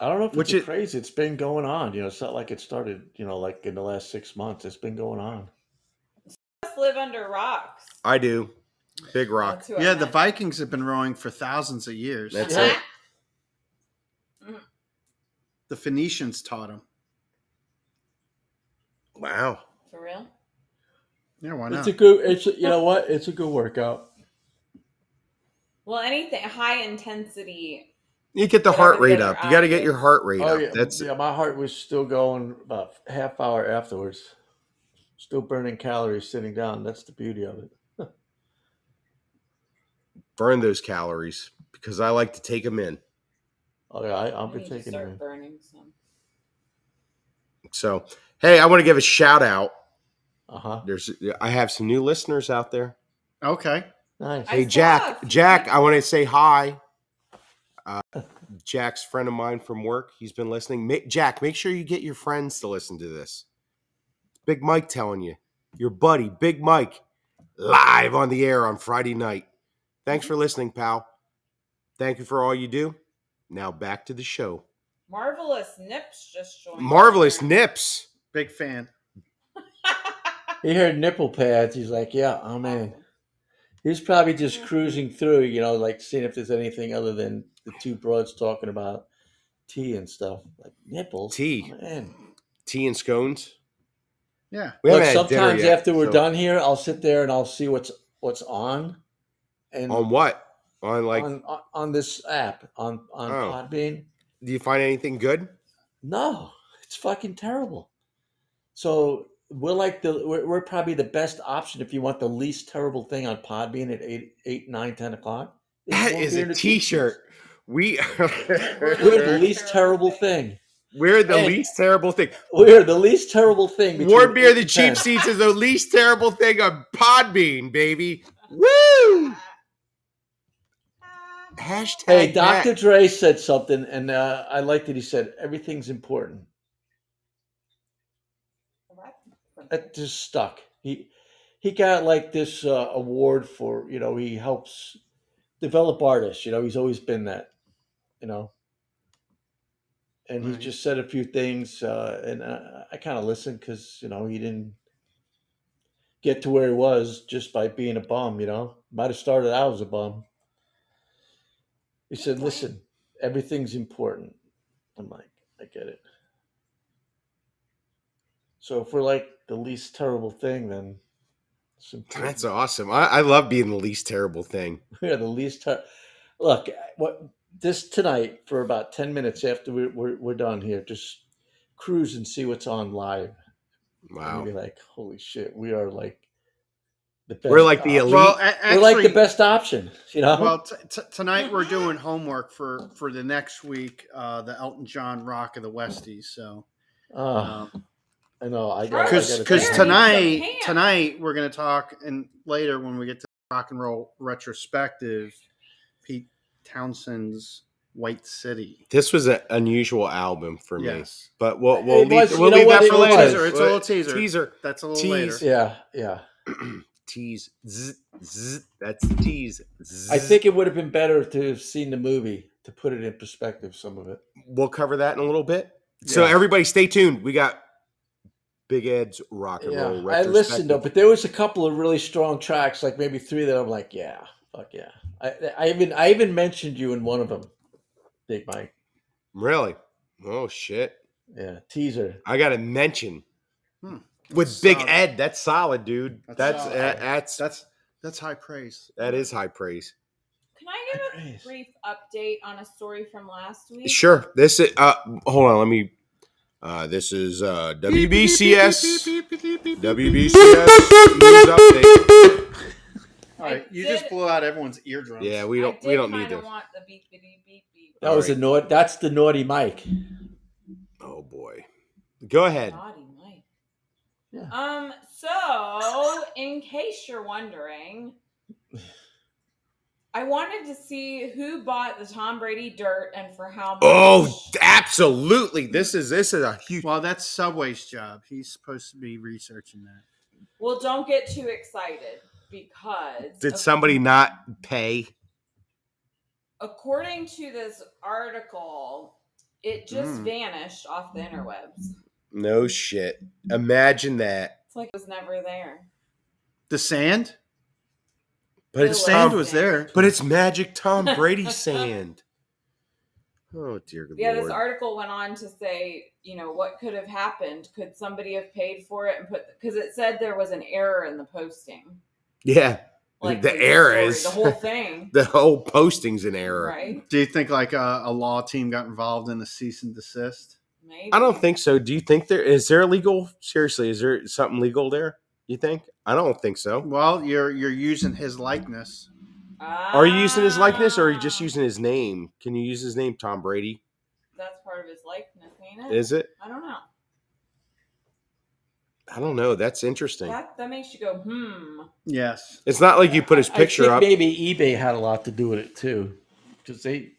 Speaker 4: I don't know if
Speaker 2: which
Speaker 4: it's
Speaker 2: it-
Speaker 4: crazy. It's been going on. You know, it's not like it started. You know, like in the last six months, it's been going on.
Speaker 1: Let's live under rocks.
Speaker 2: I do. Big rock.
Speaker 1: That's who I
Speaker 3: Yeah, the
Speaker 1: meant.
Speaker 3: Vikings have been rowing for thousands of years.
Speaker 2: That's
Speaker 1: Uh-huh.
Speaker 2: it.
Speaker 3: The Phoenicians taught them.
Speaker 2: Wow.
Speaker 1: For real?
Speaker 3: Yeah, why
Speaker 4: It's
Speaker 3: not?
Speaker 4: a good. It's a, you know what? It's a good workout.
Speaker 1: Well, anything high intensity.
Speaker 2: You get the
Speaker 1: But I
Speaker 2: heart
Speaker 1: would
Speaker 2: rate
Speaker 1: rather
Speaker 2: up. You got to get your
Speaker 1: operate.
Speaker 2: heart rate
Speaker 4: Oh
Speaker 2: up.
Speaker 4: yeah,
Speaker 2: That's
Speaker 4: yeah. My heart was still going about half hour afterwards. Still burning calories sitting down. That's the beauty of it.
Speaker 2: Burn those calories because I like to take them in.
Speaker 4: Oh yeah, I, I'll be
Speaker 1: need to
Speaker 4: taking
Speaker 1: start
Speaker 4: it.
Speaker 1: burning some.
Speaker 2: So, hey, I want to give a shout out.
Speaker 4: Uh huh.
Speaker 2: There's I have some new listeners out there.
Speaker 3: Okay.
Speaker 4: Nice.
Speaker 1: I
Speaker 2: Hey,
Speaker 1: saw a
Speaker 2: Jack.
Speaker 1: few
Speaker 2: Jack,
Speaker 1: people-
Speaker 2: I want to say hi. Uh, Jack's friend of mine from work. He's been listening. Ma- Jack, make sure you get your friends to listen to this. Big Mike telling you, your buddy, Big Mike, live on the air on Friday night. Thanks for listening, pal. Thank you for all you do. Now back to the show.
Speaker 1: Marvelous Nips just joined.
Speaker 2: Marvelous nips.
Speaker 3: Big fan.
Speaker 4: He heard nipple pads. He's like, yeah, I'm in. He's probably just cruising through, you know, like seeing if there's anything other than the two broads talking about tea and stuff, like nipples.
Speaker 2: Tea.
Speaker 4: Man.
Speaker 2: Tea and scones.
Speaker 3: Yeah.
Speaker 2: We
Speaker 4: Look,
Speaker 2: haven't had dinner
Speaker 4: sometimes
Speaker 2: yet,
Speaker 4: after we're
Speaker 2: so-
Speaker 4: done here, I'll sit there and I'll see what's what's on, and
Speaker 2: On what? On like,
Speaker 4: on, on on this app on on
Speaker 2: Oh.
Speaker 4: Podbean.
Speaker 2: do you find anything good?
Speaker 4: No, it's fucking terrible. So we're like the we're, we're probably the best option if you want the least terrible thing on Podbean at eight eight nine ten o'clock. It's
Speaker 2: That
Speaker 4: one
Speaker 2: is
Speaker 4: beer
Speaker 2: a
Speaker 4: and
Speaker 2: t shirt. We
Speaker 4: We're the
Speaker 1: Terrible
Speaker 4: least terrible
Speaker 1: thing.
Speaker 4: thing.
Speaker 2: We're the
Speaker 4: Hey.
Speaker 2: least terrible thing.
Speaker 4: We're the least terrible thing. between
Speaker 2: Warm beer,
Speaker 4: eight
Speaker 2: the
Speaker 4: and
Speaker 2: cheap
Speaker 4: 10.
Speaker 2: seats is the least terrible thing on Podbean, baby. Woo! Hashtag.
Speaker 4: Hey,
Speaker 2: that.
Speaker 4: Dr. Dre said something, and uh, I liked that he said everything's important. that just stuck. He he got like this uh, award for you know he helps develop artists. You know he's always been that. You know, and he
Speaker 3: Right.
Speaker 4: just said a few things, uh, and I, I kind of listened because you know he didn't get to where he was just by being a bum. You know, might have started out as a bum. He said, "Listen, everything's important." I'm like, I get it. So if we're like the least terrible thing, then it's important.
Speaker 2: That's awesome. I, I love being the least terrible thing.
Speaker 4: we are the least. Ter- Look, what this tonight for about ten minutes after we're we're, we're done here, just cruise and see what's on live. And
Speaker 2: Wow.
Speaker 4: you'll be like, holy shit, we are like the best.
Speaker 2: We're like the
Speaker 4: op-
Speaker 2: elite.
Speaker 3: Well, a- actually,
Speaker 4: we're like the best option. You
Speaker 2: Uh-huh.
Speaker 4: know,
Speaker 3: Well, t- t- tonight we're doing homework for for the next week. Uh, the Elton John Rock of the Westies. So
Speaker 2: Uh,
Speaker 4: Ah,
Speaker 3: um,
Speaker 4: I know. I got
Speaker 3: because
Speaker 1: Charlotte,
Speaker 3: because
Speaker 1: Barry,
Speaker 3: tonight
Speaker 1: Japan.
Speaker 3: tonight we're gonna talk and later when we get to rock and roll retrospective pete townsend's white city
Speaker 2: This was an unusual album for me,
Speaker 3: yes
Speaker 2: but we'll we'll
Speaker 4: It was-
Speaker 2: leave, we'll
Speaker 4: you know
Speaker 2: leave
Speaker 4: what,
Speaker 2: that
Speaker 4: it
Speaker 2: for
Speaker 4: was.
Speaker 2: later.
Speaker 3: Teaser, it's a little teaser.
Speaker 2: Teaser.
Speaker 3: that's a little
Speaker 2: Tease.
Speaker 3: later
Speaker 4: yeah, yeah.
Speaker 2: tease. Zzz, zzz. That's the tease. Zzz.
Speaker 4: I think it would have been better to have seen the movie to put it in perspective. Some of it.
Speaker 2: we'll cover that in a little bit. So
Speaker 4: Yeah.
Speaker 2: everybody, stay tuned. We got Big Ed's rock and roll.
Speaker 4: I listened though,
Speaker 2: retrospective.
Speaker 4: but there was a couple of really strong tracks, like maybe three that I'm like, yeah, fuck yeah. I, I even I even mentioned you in one of them, Big Mike.
Speaker 2: Really? Oh shit!
Speaker 4: Yeah, teaser.
Speaker 2: I got to mention
Speaker 3: Hmm.
Speaker 2: with
Speaker 3: That's
Speaker 2: Big
Speaker 3: solid.
Speaker 2: Ed. That's solid, dude.
Speaker 3: That's
Speaker 2: That's
Speaker 3: solid.
Speaker 2: that- that's
Speaker 3: that's that's high praise
Speaker 2: that is high praise.
Speaker 1: Can I give a brief update on a story from last week?
Speaker 2: Sure. This is. Uh, hold on. Let me. Uh, this is uh, WBCS. WBCS news update.
Speaker 3: all right you
Speaker 1: I did-
Speaker 3: just blew out everyone's eardrums
Speaker 2: Yeah, we
Speaker 1: I
Speaker 2: don't we
Speaker 1: did
Speaker 2: don't need
Speaker 1: kinda
Speaker 2: this.
Speaker 1: want the beep beep beep beep.
Speaker 4: That
Speaker 2: All
Speaker 4: was
Speaker 2: right.
Speaker 4: a naughty. That's the naughty Mike.
Speaker 2: Oh boy. Go ahead.
Speaker 1: Naughty Mike.
Speaker 4: Yeah.
Speaker 1: Um. So, in case you're wondering, I wanted to see who bought the Tom Brady dirt and for how much.
Speaker 2: Oh, absolutely. This is this is a huge.
Speaker 3: well that's subway's job he's supposed to be researching that
Speaker 1: well, don't get too excited because
Speaker 2: Did somebody not pay?
Speaker 1: according to this article, it just
Speaker 3: Mm.
Speaker 1: vanished off
Speaker 2: Mm-hmm.
Speaker 1: the interwebs.
Speaker 2: No shit. Imagine that.
Speaker 1: It's like it was never there.
Speaker 3: the sand
Speaker 2: But
Speaker 1: It
Speaker 2: it's
Speaker 3: sand
Speaker 2: Tom,
Speaker 1: was.
Speaker 3: was there
Speaker 2: but it's magic Tom Brady sand. Oh dear
Speaker 1: Yeah,
Speaker 2: lord.
Speaker 1: this article went on to say, you know, what could have happened? Could somebody have paid for it and put because it said there was an error in the posting,
Speaker 2: yeah. The
Speaker 1: in
Speaker 2: error
Speaker 1: story,
Speaker 2: is-
Speaker 1: the whole thing,
Speaker 2: The whole posting's an error.
Speaker 1: right?
Speaker 3: do you think like a, a law team got involved in the cease and desist
Speaker 1: Maybe.
Speaker 2: I don't think so. Do you think there is there legal? Seriously, is there something legal there? You think? I don't think so.
Speaker 3: Well, you're you're using his likeness.
Speaker 2: Are you using his likeness or are you
Speaker 1: Ah,
Speaker 2: just using his name? Can you use his name, Tom Brady?
Speaker 1: That's part of his likeness, ain't it?
Speaker 2: Is it?
Speaker 1: I don't know.
Speaker 2: I don't know. That's interesting.
Speaker 1: That that makes you go hmm.
Speaker 3: Yes.
Speaker 2: It's not like you put his picture
Speaker 4: I
Speaker 2: up.
Speaker 4: think maybe eBay had a lot to do with it too, because they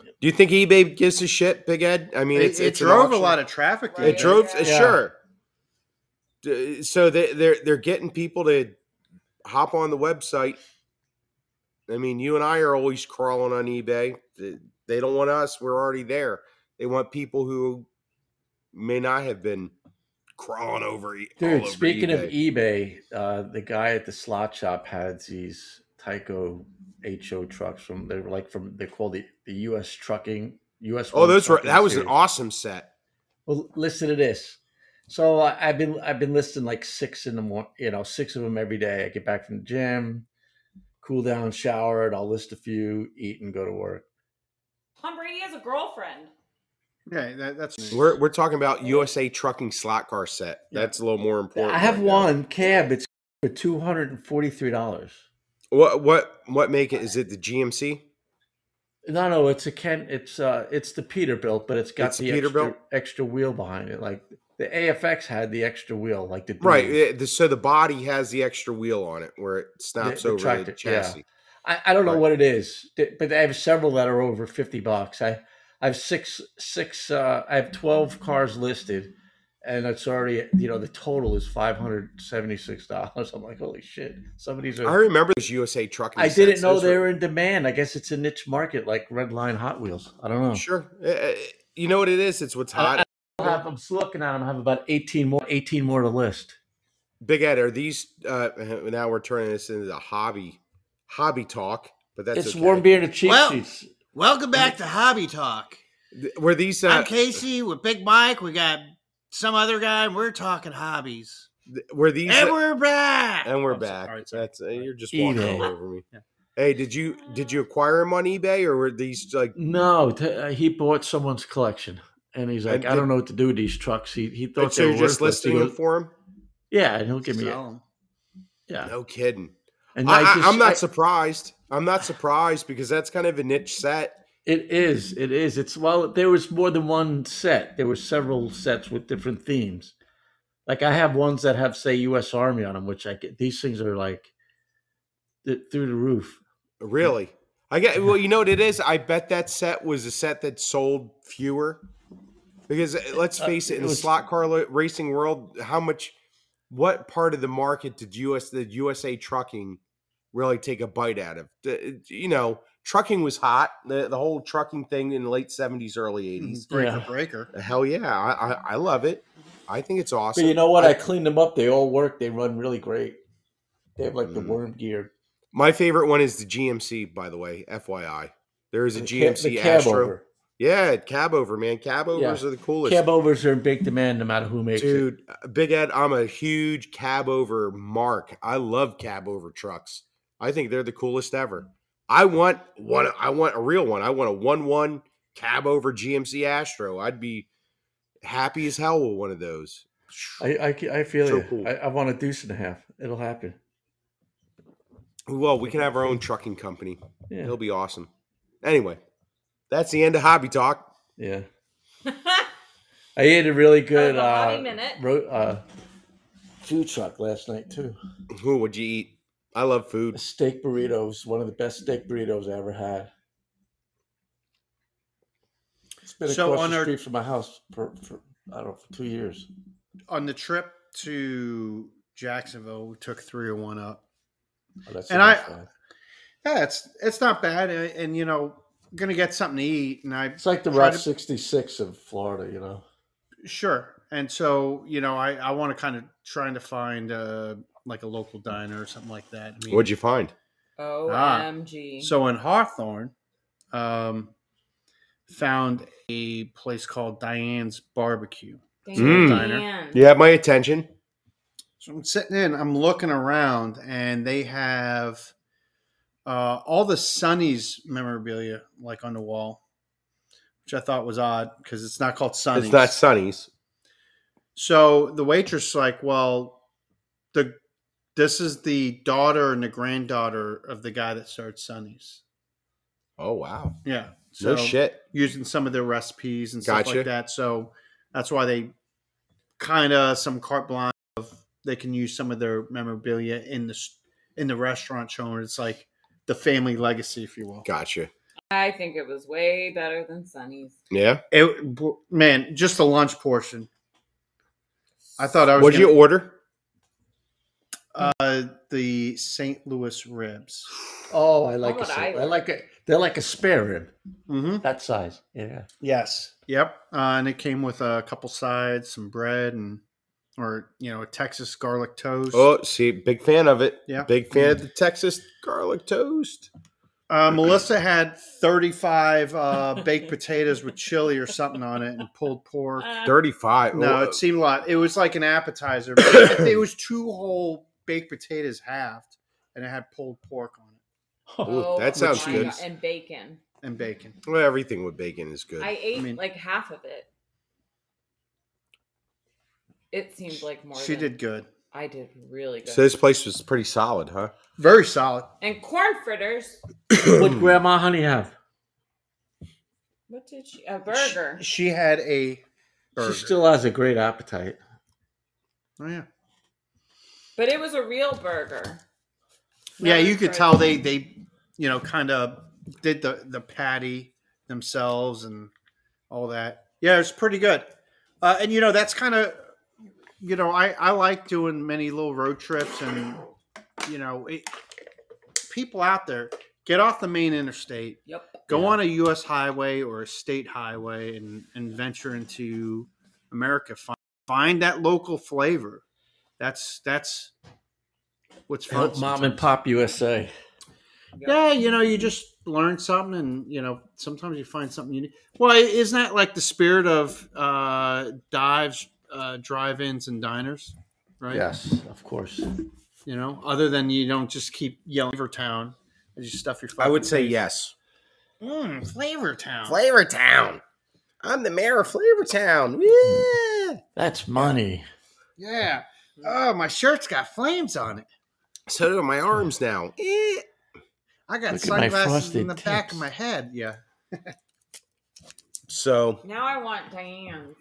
Speaker 2: Do you think eBay gives a shit, Big Ed? I mean,
Speaker 3: It-
Speaker 2: it's,
Speaker 3: it,
Speaker 2: it's an
Speaker 3: drove a
Speaker 2: auction.
Speaker 3: lot of traffic. to
Speaker 1: Right.
Speaker 2: It drove uh,
Speaker 1: Yeah.
Speaker 2: sure. D- So they, they're they're getting people to hop on the website. I mean, you and I are always crawling on eBay. Th- They don't want us; we're already there. They want people who may not have been crawling over. e- all
Speaker 4: Dude,
Speaker 2: over
Speaker 4: speaking
Speaker 2: eBay.
Speaker 4: of eBay, uh, the guy at the slot shop had these Tyco HO trucks from they were like from they called the, the US trucking US.
Speaker 2: oh, those were
Speaker 4: trucking
Speaker 2: that was an
Speaker 4: series.
Speaker 2: awesome set.
Speaker 4: Well, listen to this. So I, I've been I've been listening like six in the morning, you know, six of them every day. I get back from the gym, cool down, shower, and I'll list a few, eat, and go to work.
Speaker 1: Tom Brady has a girlfriend.
Speaker 3: Yeah, that, that's
Speaker 2: We're we're talking about USA Trucking slot car set.
Speaker 3: Yeah.
Speaker 2: That's a little more important.
Speaker 4: I have
Speaker 2: right now.
Speaker 4: one cab. It's for two hundred and forty three dollars.
Speaker 2: What what what make it? Is it the GMC?
Speaker 4: No, no, it's a Ken. It's uh, it's the Peterbilt, but it's got
Speaker 2: It's
Speaker 4: the
Speaker 2: the Peterbilt?
Speaker 4: extra, extra wheel behind it. Like the AFX had the extra wheel, like the
Speaker 2: Right.
Speaker 4: dually.
Speaker 2: yeah, the- so the body has the extra wheel on it where it snaps
Speaker 4: the
Speaker 2: over
Speaker 4: tractor,
Speaker 2: the
Speaker 4: yeah.
Speaker 2: chassis.
Speaker 4: I, I don't know
Speaker 2: Right.
Speaker 4: what it is, th- but I have several that are over fifty bucks. I I have six six. Uh, I have twelve cars listed, and it's already you know the total is five hundred seventy six dollars. I'm like, holy shit! Some of these
Speaker 2: I
Speaker 4: are.
Speaker 2: remember those USA trucking.
Speaker 4: I didn't
Speaker 2: sets,
Speaker 4: know
Speaker 2: those
Speaker 4: they were in demand. I guess it's a niche market like Red Line Hot Wheels. I don't know.
Speaker 2: Sure. Uh, uh, You know what it is? It's what's
Speaker 4: I-
Speaker 2: hot.
Speaker 4: I have, I'm still looking at them. I have about 18 more, 18 more to list.
Speaker 2: Big Ed, are these? Uh, now we're turning this into the hobby hobby talk, but that's
Speaker 4: it's
Speaker 2: okay.
Speaker 4: warm beer and cheap
Speaker 3: Well-
Speaker 4: seats.
Speaker 3: welcome back to Hobby Talk.
Speaker 2: Th- Were these? Uh,
Speaker 3: I'm Casey with Big Mike. We got some other guy, and we're talking hobbies.
Speaker 2: th- were these?
Speaker 3: And
Speaker 2: uh,
Speaker 3: we're back.
Speaker 2: and we're
Speaker 3: I'm so-
Speaker 2: back.
Speaker 3: all right, sorry.
Speaker 2: that's uh, you're just
Speaker 4: Eat
Speaker 2: walking
Speaker 4: it.
Speaker 2: all over me.
Speaker 3: Yeah.
Speaker 2: Hey, did you did you acquire them on eBay or were these like?
Speaker 4: No, t- uh, he bought someone's collection, and he's like,
Speaker 2: And
Speaker 4: I
Speaker 2: did-
Speaker 4: don't know what to do with these trucks. He he thought
Speaker 2: so
Speaker 4: they
Speaker 2: you're
Speaker 4: were
Speaker 2: just
Speaker 4: worthless. He
Speaker 2: listing them
Speaker 4: goes,
Speaker 2: for him?
Speaker 4: Yeah, and he'll give me it.
Speaker 3: Sell 'em.
Speaker 4: Yeah,
Speaker 2: No kidding.
Speaker 4: and
Speaker 2: I,
Speaker 4: I just,
Speaker 2: am not
Speaker 4: I-
Speaker 2: surprised. I'm not surprised because that's kind of a niche set.
Speaker 4: it is. It is. It's well. There was more than one set. There were several sets with different themes. Like I have ones that have say U.S. Army on them, which I get. These things are like th- through the roof.
Speaker 2: Really, I get. Well, you know what it is. I bet that set was a set that sold fewer because uh, let's
Speaker 4: Uh,
Speaker 2: face it, in
Speaker 4: it
Speaker 2: the
Speaker 4: was-
Speaker 2: slot car lo- racing world, how much, what part of the market did US the USA trucking really take a bite out of? The- You know, trucking was hot. The the whole trucking thing in the late '70s, early
Speaker 4: Mm-hmm.
Speaker 2: '80s.
Speaker 3: Breaker,
Speaker 4: Yeah.
Speaker 3: breaker.
Speaker 2: Hell yeah, I, I I love it. I think it's awesome.
Speaker 4: But you know what? I cleaned them up. They all work. They run really great. They have like the
Speaker 2: Mm.
Speaker 4: worm gear.
Speaker 2: My favorite one is the GMC, by the way, FYI. There is a
Speaker 4: The ca-
Speaker 2: GMC
Speaker 4: the cab
Speaker 2: Astro.
Speaker 4: over.
Speaker 2: Yeah, cab over, man. Cab overs are the coolest.
Speaker 4: Cab overs are in big demand, no matter who makes it.
Speaker 2: Dude, uh, Big Ed, I'm a huge cab over mark. I love cab over trucks. I think they're the coolest ever. I want one I want a real one. I want a 1-1 cab over GMC Astro. I'd be happy as hell with one of those.
Speaker 4: I, I, ca- I feel
Speaker 2: So
Speaker 4: you.
Speaker 2: cool.
Speaker 4: I, I want a deuce and a half. It'll happen.
Speaker 2: Well, we can have our own trucking company.
Speaker 4: Yeah.
Speaker 2: It'll be awesome. Anyway, that's the end of hobby talk.
Speaker 4: yeah. I ate a really good
Speaker 1: a hobby
Speaker 4: uh,
Speaker 1: minute.
Speaker 4: ro- uh, food truck last night too.
Speaker 2: Who would you eat? I love
Speaker 4: A
Speaker 2: food.
Speaker 4: steak burrito was one of the best steak burritos I ever had. It's been
Speaker 3: So
Speaker 4: across
Speaker 3: on
Speaker 4: the
Speaker 3: our-
Speaker 4: street from my house for, for I don't know for two years.
Speaker 3: On the trip to Jacksonville, we took three or one up.
Speaker 4: Oh, that's
Speaker 3: And
Speaker 4: so much
Speaker 3: I-
Speaker 4: fun.
Speaker 3: Yeah, it's it's not bad, and, and you know, gonna get something to eat. And I
Speaker 4: It's like the
Speaker 3: Try
Speaker 4: Route
Speaker 3: to-
Speaker 4: 66 of Florida, you know.
Speaker 3: Sure. And so, you know, I, I want to kind of trying to find uh, like a local diner or something like that. I mean,
Speaker 2: What'd you find?
Speaker 1: Omg.
Speaker 3: so in Hawthorne, um, found a place called Diane's Barbecue.
Speaker 1: Dang
Speaker 2: Mm.
Speaker 1: it,
Speaker 3: Diner.
Speaker 1: man.
Speaker 2: You have my attention.
Speaker 3: So I'm sitting in, I'm looking around, and they have uh, all the Sonny's memorabilia like on the wall. which I thought was odd because it's not called Sonny's.
Speaker 2: It's not Sonny's.
Speaker 3: So the waitress is like, well, the this is the daughter and the granddaughter of the guy that started Sonny's.
Speaker 2: Oh wow.
Speaker 3: Yeah.
Speaker 2: No
Speaker 3: So
Speaker 2: shit.
Speaker 3: using some of their recipes and stuff
Speaker 2: Gotcha.
Speaker 3: like that. So that's why they kind of some carte blanche of they can use some of their memorabilia in the s- in the restaurant showing it's like the family legacy, if you will.
Speaker 2: Gotcha.
Speaker 1: I think it was way better than Sunny's.
Speaker 2: Yeah.
Speaker 3: It, b- man, just the lunch portion. I thought I was.
Speaker 2: What'd
Speaker 3: gonna-
Speaker 2: you order?
Speaker 3: uh, the St. Louis ribs?
Speaker 4: Oh, I like
Speaker 1: What would
Speaker 4: a sa-
Speaker 1: I
Speaker 4: I like a they're like a spare rib
Speaker 3: Mm-hmm.
Speaker 4: that size. Yeah.
Speaker 3: Yes. Yep. Uh, and it came with a couple sides, some bread, and or you know a Texas garlic toast.
Speaker 2: Oh, see, big fan of it.
Speaker 3: Yeah.
Speaker 2: Big fan of the Texas garlic toast.
Speaker 3: Uh, Melissa had 35 uh, baked potatoes with chili or something on it and pulled pork.
Speaker 1: Uh,
Speaker 2: 35.
Speaker 3: No, it seemed a lot. It was like an appetizer. But it was two whole baked potatoes halved, and it had pulled pork on it
Speaker 2: Ooh, that
Speaker 1: my
Speaker 2: sounds
Speaker 1: God.
Speaker 2: good.
Speaker 1: oh, And bacon.
Speaker 3: and bacon.
Speaker 2: uh, Well, everything with bacon is good.
Speaker 1: I ate
Speaker 3: mean-
Speaker 1: like half of it. It seemed like more.
Speaker 3: She
Speaker 1: than-
Speaker 3: did good.
Speaker 1: I did really good.
Speaker 2: so this place was pretty solid, huh?
Speaker 3: Very solid.
Speaker 1: and corn fritters.
Speaker 4: What grandma honey have?
Speaker 1: What did she? A burger.
Speaker 3: She, she had a burger.
Speaker 4: She still has a great appetite.
Speaker 3: oh, yeah.
Speaker 1: But it was a real burger.
Speaker 3: Yeah,
Speaker 1: Not
Speaker 3: you could
Speaker 1: frozen.
Speaker 3: tell they they you know kind of did the the patty themselves and all that. Yeah, it's pretty good. Uh, and you know that's kind of you know I I like doing many little road trips and you know it, people out there get off the main interstate,
Speaker 1: Yep.
Speaker 3: go
Speaker 4: Yeah.
Speaker 3: on a U.S. highway or a state highway, and and venture into America. Find find that local flavor. That's that's what's fun.
Speaker 4: Help mom and
Speaker 3: sometimes.
Speaker 4: pop USA.
Speaker 3: Yeah, you know, you just learn something, and you know, sometimes you find something unique. Well, isn't that like the spirit of uh, dives, uh, drive-ins, and diners, right?
Speaker 4: Yes, of course.
Speaker 3: You know, other than you don't just keep yelling Flavor Town as you stuff your.
Speaker 2: I would
Speaker 3: fucking
Speaker 2: say
Speaker 3: face.
Speaker 2: yes.
Speaker 3: Mm, Flavor Town.
Speaker 2: Flavor Town. I'm the mayor of Flavor Town. Yeah.
Speaker 4: That's money.
Speaker 3: yeah. Oh, my shirt's got flames on it.
Speaker 2: So do my arms now. Eh.
Speaker 3: I got
Speaker 4: Look at my
Speaker 3: sunglasses in
Speaker 4: frosted
Speaker 3: the back of
Speaker 4: tips.
Speaker 3: my head. Yeah.
Speaker 2: So
Speaker 1: Now I want Diane's.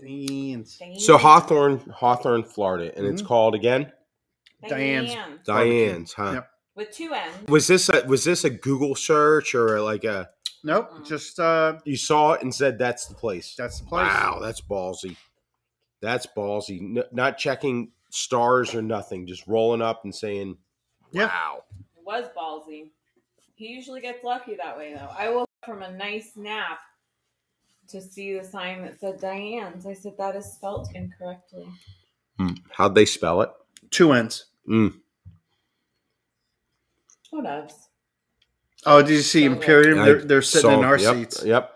Speaker 3: Beans.
Speaker 1: Diane's.
Speaker 2: so Hawthorne, Hawthorne, Florida, and it's
Speaker 3: Mhm.
Speaker 2: called again
Speaker 1: Diane's.
Speaker 2: Diane's, huh?
Speaker 3: Yep.
Speaker 1: With two N's.
Speaker 2: Was this a was this a Google search or like a
Speaker 3: Nope.
Speaker 2: Mm.
Speaker 3: Just uh,
Speaker 2: you saw it and said that's the place?
Speaker 3: that's the place.
Speaker 2: Wow, that's ballsy. That's ballsy. N- not checking stars or nothing, just rolling up and saying,
Speaker 3: Yeah.
Speaker 2: "Wow."
Speaker 1: It was ballsy. He usually gets lucky that way, though. I woke up from a nice nap to see the sign that said Diane's. I said, that is spelt incorrectly.
Speaker 2: Hmm. How'd they spell it?
Speaker 3: Two ends.
Speaker 1: What else?
Speaker 3: Oh, did you see Imperium? They're, they're sitting in
Speaker 2: Saw-
Speaker 3: our
Speaker 2: yep,
Speaker 3: seats.
Speaker 2: Yep.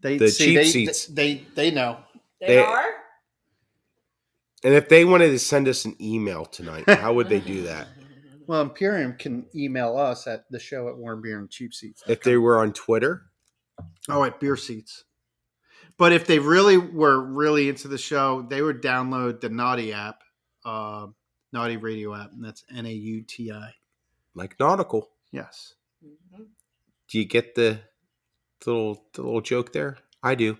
Speaker 3: They
Speaker 2: The
Speaker 3: see,
Speaker 2: cheap
Speaker 3: they,
Speaker 2: seats.
Speaker 3: They, they know.
Speaker 1: They,
Speaker 2: They-
Speaker 1: are?
Speaker 2: And if they wanted to send us an email tonight, how would they do that?
Speaker 3: Well, Imperium can email us at the show at Warm Beer and Cheap Seats.
Speaker 2: If they were on Twitter,
Speaker 3: oh, at Beer Seats. But if they really were really into the show, they would download the Naughty app, uh, Naughty Radio app, and that's N A U T I.
Speaker 2: like nautical,
Speaker 3: Yes.
Speaker 1: Mhm.
Speaker 2: do you get the the little the little joke there? I do.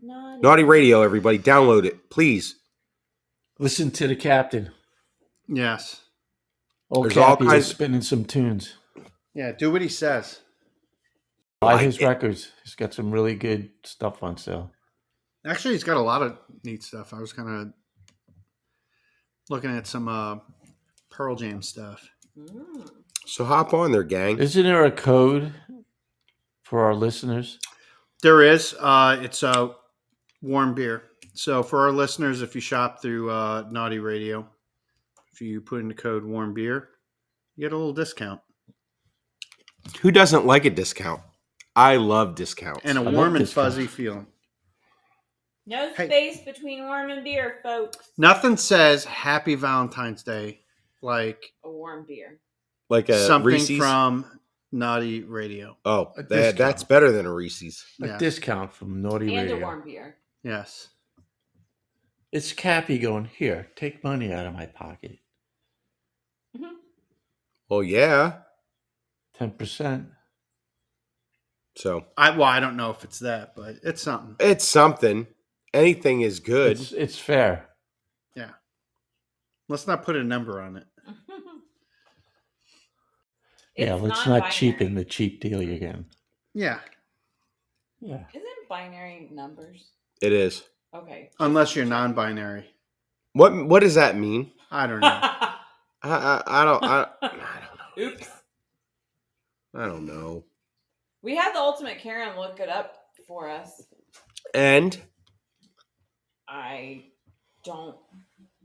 Speaker 1: Naughty.
Speaker 2: Naughty Radio, everybody, download it, please.
Speaker 4: Listen to the captain.
Speaker 3: Yes.
Speaker 4: Old
Speaker 2: There's all
Speaker 4: Cappy was
Speaker 2: kinds-
Speaker 4: spinning some tunes.
Speaker 3: Yeah. Do what he says.
Speaker 4: Buy
Speaker 2: Like
Speaker 4: his
Speaker 2: it.
Speaker 4: records. He's got some really good stuff on sale.
Speaker 3: Actually, he's got a lot of neat stuff. I was kind of looking at some uh, Pearl Jam stuff.
Speaker 1: Mm.
Speaker 2: So hop on there, gang.
Speaker 4: Isn't there a code for our listeners?
Speaker 3: There is. Uh, it's a warm beer. So for our listeners, if you shop through uh, Naughty Radio, if you put in the code warm beer, you get a little discount
Speaker 2: Who doesn't like a discount? I love discounts.
Speaker 3: and a
Speaker 4: I love
Speaker 3: warm and
Speaker 4: discounts.
Speaker 3: fuzzy feeling.
Speaker 1: No
Speaker 3: Hey.
Speaker 1: space between warm and beer, folks.
Speaker 3: Nothing says Happy Valentine's Day like
Speaker 1: A warm beer.
Speaker 2: like a
Speaker 3: something
Speaker 2: Reese's.
Speaker 3: from Naughty Radio.
Speaker 2: Oh,
Speaker 4: A
Speaker 2: that,
Speaker 4: discount.
Speaker 2: that's better than a Reese's.
Speaker 4: A
Speaker 3: Yeah.
Speaker 4: discount from Naughty
Speaker 1: and
Speaker 4: Radio.
Speaker 1: a warm beer.
Speaker 3: Yes.
Speaker 4: It's Cappy going here. Take money out of my pocket.
Speaker 1: Mm-hmm.
Speaker 2: Well, yeah.
Speaker 4: Ten percent.
Speaker 2: So
Speaker 3: I well, I don't know if it's that, but it's something.
Speaker 2: it's something. Anything is good.
Speaker 4: It's, it's fair.
Speaker 3: Let's not put a number on it.
Speaker 4: yeah,
Speaker 1: It's
Speaker 4: let's
Speaker 1: non-binary.
Speaker 4: not cheapen the cheap dealie again.
Speaker 3: Yeah.
Speaker 4: Yeah.
Speaker 1: Isn't binary numbers?
Speaker 2: It is.
Speaker 1: Okay.
Speaker 3: Unless you're non binary.
Speaker 2: What What does that mean?
Speaker 3: I don't know.
Speaker 1: Oops.
Speaker 2: I I, I don't I, I don't I don't know.
Speaker 1: We had the ultimate Karen look it up for us.
Speaker 2: And
Speaker 1: I don't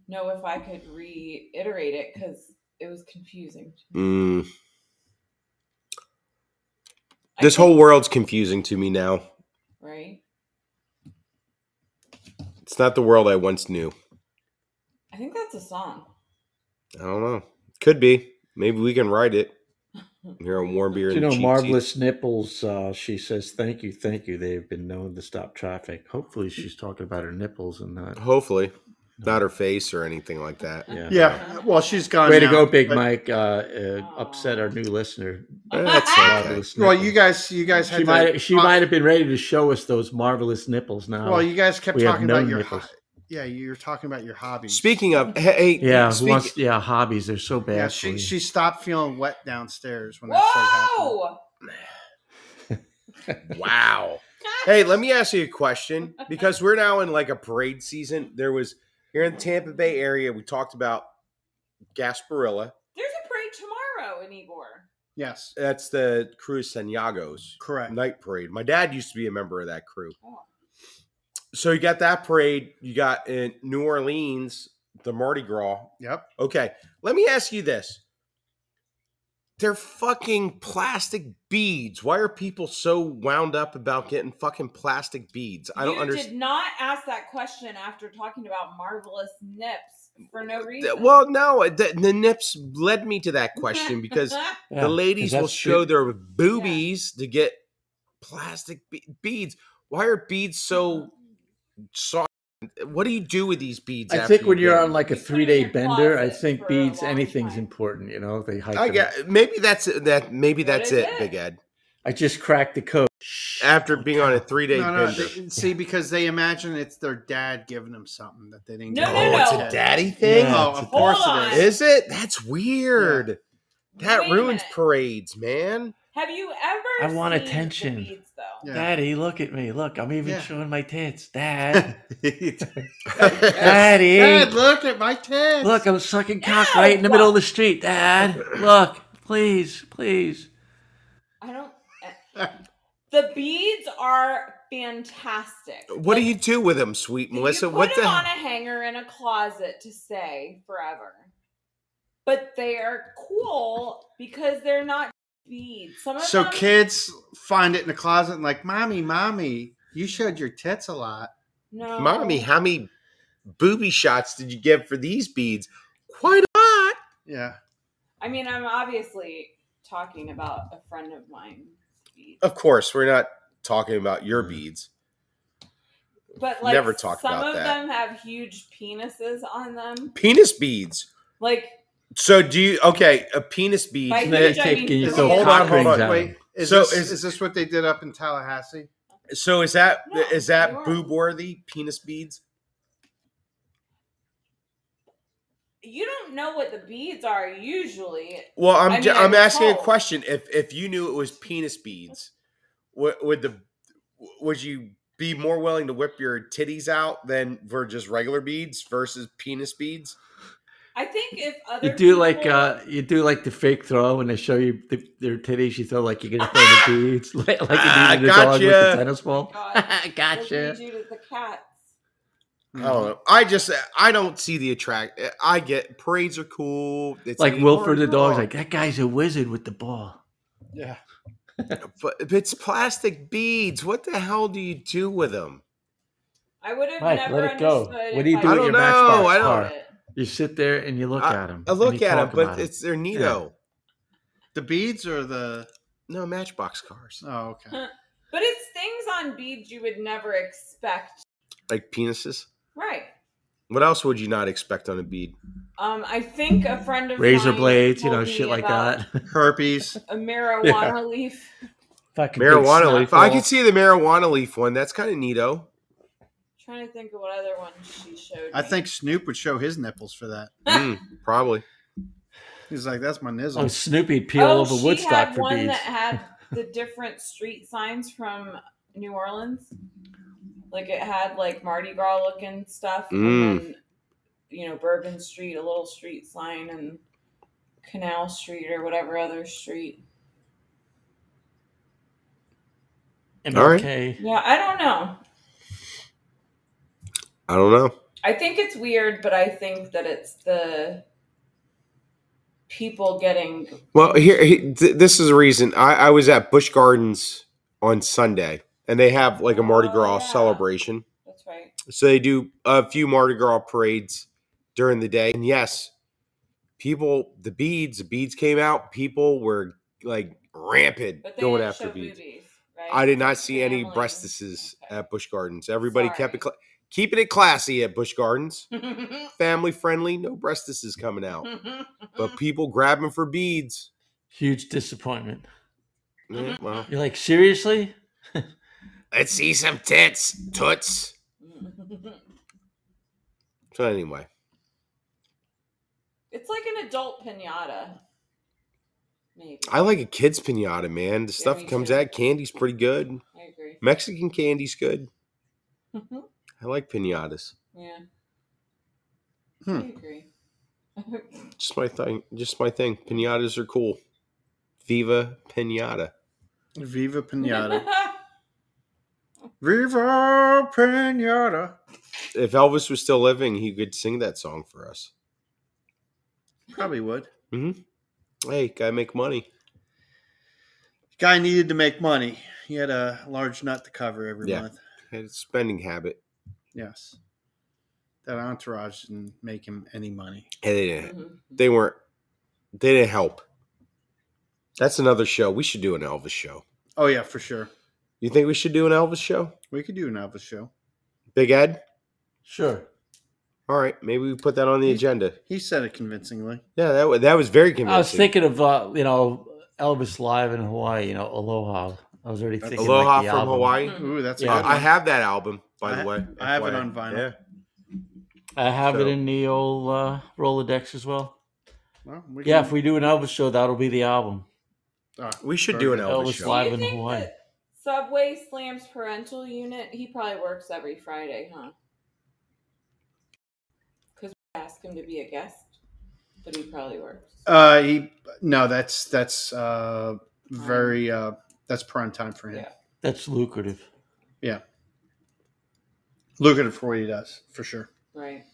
Speaker 1: know if I could reiterate it because it was confusing.
Speaker 2: mm,
Speaker 1: I
Speaker 2: this
Speaker 1: think-
Speaker 2: whole world's confusing to me now.
Speaker 1: right.
Speaker 2: It's not the world I once knew.
Speaker 1: I think that's a song.
Speaker 2: I don't know. Could be. Maybe we can write it here on warm beer.
Speaker 4: You
Speaker 2: and
Speaker 4: know,
Speaker 2: Cheap Seats.
Speaker 4: marvelous nipples. Uh, she says, "Thank you, thank you." They've been known to stop traffic. Hopefully, she's talking about her nipples and
Speaker 2: Uh,
Speaker 4: not.
Speaker 2: Hopefully, not her face or anything like that.
Speaker 4: Yeah.
Speaker 3: Yeah. Well, she's gone.
Speaker 4: Way to
Speaker 3: now,
Speaker 4: go, Big
Speaker 3: but-
Speaker 4: Mike! Uh, uh, upset our new listener.
Speaker 2: Eh, that's okay.
Speaker 4: Marvelous
Speaker 3: Well,
Speaker 4: nipples.
Speaker 3: you guys, you guys had
Speaker 4: She
Speaker 3: to-
Speaker 4: might. She
Speaker 3: uh,
Speaker 4: might have been ready to show us those marvelous nipples. Now,
Speaker 3: Well, you guys kept
Speaker 4: we have
Speaker 3: talking
Speaker 4: no
Speaker 3: about your.
Speaker 4: nipples.
Speaker 3: ho- Yeah, you're talking about your hobby.
Speaker 2: Speaking of, hey, hey,
Speaker 4: yeah, who
Speaker 2: speak-
Speaker 4: wants? Yeah, hobbies. They're so bad.
Speaker 3: Yeah,
Speaker 4: for
Speaker 3: she
Speaker 4: you.
Speaker 3: she stopped feeling wet downstairs when that started happening.
Speaker 1: Whoa!
Speaker 2: wow. Hey, let me ask you a question because we're now in like a parade season. There was here in the Tampa Bay area. We talked about Gasparilla.
Speaker 1: There's a parade tomorrow in Igor.
Speaker 3: Yes,
Speaker 2: That's the Cruz Sanyago's
Speaker 3: correct.
Speaker 2: night parade. My dad used to be a member of that crew.
Speaker 1: Oh.
Speaker 2: So you got that parade. You got in New Orleans the Mardi Gras.
Speaker 3: Yep.
Speaker 2: Okay, let me ask you this. They're fucking plastic beads. Why are people so wound up about getting fucking plastic beads? I don't
Speaker 1: you
Speaker 2: understand.
Speaker 1: Did not ask that question after talking about marvelous nips for no
Speaker 2: Th-
Speaker 1: reason.
Speaker 2: Well, no, uh, the, the nips led me to that question because
Speaker 4: Yeah,
Speaker 2: the
Speaker 4: 'cause
Speaker 2: ladies
Speaker 4: that's
Speaker 2: will show
Speaker 4: big-
Speaker 2: their boobies to get plastic be- beads. Why are beads so
Speaker 1: Mm-hmm.
Speaker 2: soft? What do you do with these beads?
Speaker 4: I
Speaker 2: after
Speaker 4: think
Speaker 2: you
Speaker 4: when you're
Speaker 2: get 'em?
Speaker 4: on like a
Speaker 1: You put it in
Speaker 4: three day
Speaker 1: your
Speaker 4: bender, I
Speaker 1: closet for
Speaker 4: think
Speaker 1: a
Speaker 4: beads,
Speaker 1: long
Speaker 4: anything's
Speaker 1: time.
Speaker 4: important. You know, they hike.
Speaker 2: I
Speaker 4: them up.
Speaker 2: got maybe that's that. Maybe
Speaker 1: That
Speaker 2: that's
Speaker 1: is
Speaker 2: it,
Speaker 1: it.
Speaker 2: Big Ed.
Speaker 4: I just cracked the code.
Speaker 2: After being on a three day
Speaker 3: No, no.
Speaker 2: bender.
Speaker 3: they- see, because they imagine it's their dad giving them something that they didn't.
Speaker 1: No,
Speaker 3: get.
Speaker 1: no,
Speaker 4: Oh,
Speaker 1: no.
Speaker 2: it's a daddy thing.
Speaker 4: Yeah.
Speaker 3: Oh, of course
Speaker 1: Hold
Speaker 3: it
Speaker 1: on.
Speaker 3: is.
Speaker 2: Is it? That's weird. That
Speaker 1: Wait a
Speaker 2: ruins
Speaker 1: minute.
Speaker 2: parades, man.
Speaker 1: Have you ever?
Speaker 4: I want
Speaker 1: seen the
Speaker 4: attention.
Speaker 1: beads, though?
Speaker 3: Yeah.
Speaker 4: Daddy, look at me. Look, I'm even
Speaker 3: Yeah.
Speaker 4: showing my tits. Dad,
Speaker 2: That's
Speaker 4: Daddy,
Speaker 3: Dad, look at my tits.
Speaker 4: look, I'm sucking cock
Speaker 1: No!
Speaker 4: right in the middle of the street. Dad, look, please, please.
Speaker 1: I don't. eh, The beads are fantastic.
Speaker 2: what do you do with them, sweet Melissa?
Speaker 1: you put
Speaker 2: what
Speaker 1: them
Speaker 2: the?
Speaker 1: on a hanger in a closet to stay forever. But they are cool because they're not beads. Some of
Speaker 3: So
Speaker 1: them,
Speaker 3: kids find it in the closet and like, mommy, mommy, you showed your tits a lot.
Speaker 1: no,
Speaker 2: Mommy, how many booby shots did you get for these beads? Quite a lot.
Speaker 3: Yeah.
Speaker 1: I mean, I'm obviously talking about a friend of mine. Beads.
Speaker 2: Of course, we're not talking about your beads.
Speaker 1: But like,
Speaker 2: never talked
Speaker 1: some
Speaker 2: about
Speaker 1: of
Speaker 2: that.
Speaker 1: them have huge penises on them.
Speaker 2: Penis beads.
Speaker 1: Like,
Speaker 2: So do you? Okay, a penis bead.
Speaker 1: By
Speaker 4: And
Speaker 1: huge,
Speaker 4: then
Speaker 1: I
Speaker 4: tape
Speaker 1: mean
Speaker 4: can you
Speaker 1: three.
Speaker 4: throw
Speaker 2: Hold
Speaker 4: cock
Speaker 2: on, hold
Speaker 4: rings
Speaker 2: on,
Speaker 4: at
Speaker 3: Wait,
Speaker 4: him?
Speaker 3: is
Speaker 2: So
Speaker 3: this
Speaker 2: is-
Speaker 3: is, this what they did up in Tallahassee?
Speaker 2: So is that is
Speaker 1: No,
Speaker 2: that
Speaker 1: they weren't.
Speaker 2: boob worthy? Penis beads.
Speaker 1: you don't know what the beads are usually.
Speaker 2: Well, I'm
Speaker 1: I
Speaker 2: ju-
Speaker 1: mean, I
Speaker 2: I'm
Speaker 1: was
Speaker 2: asking a
Speaker 1: told.
Speaker 2: question. If if you knew it was penis beads, would, would the would you be more willing to whip your titties out than for just regular beads versus penis beads?
Speaker 1: I think if other
Speaker 4: You do like
Speaker 1: people-
Speaker 4: uh, you do like the fake throw, and they show you the, their titties. You throw like you're gonna throw the beads, like, like
Speaker 2: Ah,
Speaker 4: you did the dog with the
Speaker 2: gotcha.
Speaker 4: tennis ball.
Speaker 1: God.
Speaker 4: gotcha.
Speaker 1: What do you do to the cats?
Speaker 2: I
Speaker 4: Oh,
Speaker 2: don't know. I just I don't see the attract. I get parades are cool. It's
Speaker 4: Like
Speaker 2: neat.
Speaker 4: Wilford the
Speaker 2: Oh,
Speaker 4: dog's
Speaker 2: yeah.
Speaker 4: like that guy's a wizard with the ball.
Speaker 3: Yeah.
Speaker 2: but but it's plastic beads. What the hell do you do with them?
Speaker 1: I would have
Speaker 4: Mike,
Speaker 1: never
Speaker 4: let it go.
Speaker 1: understood
Speaker 4: What
Speaker 1: if
Speaker 4: do you do
Speaker 2: I
Speaker 4: with
Speaker 2: don't
Speaker 4: your
Speaker 2: know,
Speaker 4: backspark
Speaker 2: I
Speaker 1: saw
Speaker 2: don't-
Speaker 4: car?
Speaker 1: it.
Speaker 4: You sit there and you look at him.
Speaker 2: I look at them,
Speaker 4: them,
Speaker 2: but it's they're neato.
Speaker 3: The beads or the
Speaker 2: No, Matchbox cars.
Speaker 3: Oh, okay.
Speaker 1: But it's things on beads you would never expect.
Speaker 2: Like penises.
Speaker 1: Right.
Speaker 2: What else would you not expect on a bead?
Speaker 1: Um, I think a friend of
Speaker 4: razor
Speaker 1: mine
Speaker 4: blades, you
Speaker 1: told
Speaker 4: know,
Speaker 1: me
Speaker 4: shit like
Speaker 1: about
Speaker 4: that.
Speaker 3: Herpes.
Speaker 1: A marijuana
Speaker 4: Yeah.
Speaker 1: leaf.
Speaker 4: Fucking big
Speaker 2: Marijuana
Speaker 4: snot
Speaker 2: leaf. I
Speaker 4: ball.
Speaker 2: could see the marijuana leaf one. That's kind of neato.
Speaker 1: trying to think of what other one she showed.
Speaker 3: I
Speaker 1: me.
Speaker 3: think Snoop would show his nipples for that.
Speaker 2: Mm, probably.
Speaker 3: He's like, that's my
Speaker 4: Oh,
Speaker 3: nizzle.
Speaker 4: Snoopy peel
Speaker 1: oh,
Speaker 4: over
Speaker 1: she
Speaker 4: Woodstock
Speaker 1: had
Speaker 4: for
Speaker 1: one
Speaker 4: beads.
Speaker 1: that had the different street signs from New Orleans. Like it had like Mardi Gras looking stuff,
Speaker 2: Mm.
Speaker 1: and then, you know Bourbon Street, a little street sign, and Canal Street or whatever other street.
Speaker 2: All right.
Speaker 4: okay.
Speaker 1: Yeah, I don't know.
Speaker 2: I don't know.
Speaker 1: I think it's weird, but I think that it's the people getting
Speaker 2: Well, here, he- th- this is a reason. I, I was at Busch Gardens on Sunday, and they have like a Mardi
Speaker 1: Oh,
Speaker 2: Gras
Speaker 1: yeah.
Speaker 2: celebration.
Speaker 1: that's right.
Speaker 2: So they do a few Mardi Gras parades during the day. And yes, people, the beads, the beads came out. People were like rampant
Speaker 1: But they
Speaker 2: going
Speaker 1: didn't
Speaker 2: after
Speaker 1: show
Speaker 2: beads.
Speaker 1: boobies, right?
Speaker 2: I did not see any
Speaker 1: Family.
Speaker 2: breastises
Speaker 1: Okay.
Speaker 2: at Busch Gardens. Everybody kept it
Speaker 1: Sorry.
Speaker 2: cla keeping it classy at Busch Gardens.
Speaker 1: but
Speaker 2: Family friendly, no breastises coming out.
Speaker 1: Mm-hmm.
Speaker 2: Oh, But people grabbing for beads.
Speaker 4: Huge disappointment.
Speaker 2: Yeah,
Speaker 1: Mm-hmm.
Speaker 2: well,
Speaker 4: You're like, seriously?
Speaker 2: let's see some tits, toots.
Speaker 1: Mm.
Speaker 2: So anyway,
Speaker 1: it's like an adult pinata. Maybe.
Speaker 2: I like a kid's pinata, man. The stuff
Speaker 1: me
Speaker 2: that comes
Speaker 1: too.
Speaker 2: out, candy's pretty good.
Speaker 1: I agree.
Speaker 2: Mexican candy's good. I like pinatas.
Speaker 1: yeah.
Speaker 3: Hmm.
Speaker 1: I agree.
Speaker 2: Just my thing. Just my thing. Pinatas are cool. Viva pinata.
Speaker 3: Viva Pinata. Viva Pinata.
Speaker 2: If Elvis was still living, he could sing that song for us.
Speaker 3: Probably would.
Speaker 2: Hey, gotta make money.
Speaker 3: Guy needed to make money. He had a large nut to cover every
Speaker 2: Yeah.
Speaker 3: month.
Speaker 2: Had a spending habit.
Speaker 3: Yes. That entourage didn't make him any money.
Speaker 2: Hey, they didn't.
Speaker 1: Mhm.
Speaker 2: They weren't. They didn't help. That's another show. We should do an Elvis show.
Speaker 3: Oh, yeah, for sure.
Speaker 2: You think we should do an Elvis show?
Speaker 3: We could do an Elvis show.
Speaker 2: Big Ed.
Speaker 4: Sure.
Speaker 2: All right, maybe we put that on the agenda.
Speaker 3: He said it convincingly.
Speaker 2: Yeah, that wa- that was very convincing.
Speaker 4: I was thinking of, uh, you know, Elvis Live in Hawaii, you know, Aloha. I was already thinking.
Speaker 2: Aloha
Speaker 4: like, the
Speaker 2: from
Speaker 4: album.
Speaker 1: Mm-hmm.
Speaker 2: Hawaii.
Speaker 3: Ooh, that's
Speaker 4: Yeah.
Speaker 3: a
Speaker 2: Uh,
Speaker 3: good
Speaker 2: I
Speaker 3: one.
Speaker 2: have that album, by
Speaker 3: I-
Speaker 2: the way.
Speaker 3: I have it
Speaker 2: FYI.
Speaker 3: on vinyl.
Speaker 2: Yeah.
Speaker 4: I have
Speaker 2: So-
Speaker 4: it in the old uh, Rolodex as well.
Speaker 3: Well, we
Speaker 4: Yeah,
Speaker 3: can-
Speaker 4: if we do an Elvis show, that'll be the album.
Speaker 3: Ah,
Speaker 2: We should
Speaker 3: very
Speaker 2: do an
Speaker 3: good.
Speaker 2: Elvis
Speaker 4: Elvis
Speaker 2: show.
Speaker 1: Do
Speaker 4: Live
Speaker 1: you
Speaker 4: in
Speaker 1: think
Speaker 4: Hawaii.
Speaker 1: that Subway slams parental unit. He probably works every Friday, huh? Because we asked him to be a guest, but he probably works.
Speaker 3: Uh, he, no, that's that's uh, very uh, that's prime time for him.
Speaker 1: Yeah.
Speaker 4: That's lucrative.
Speaker 3: Lucrative for what he does, for sure.
Speaker 1: right.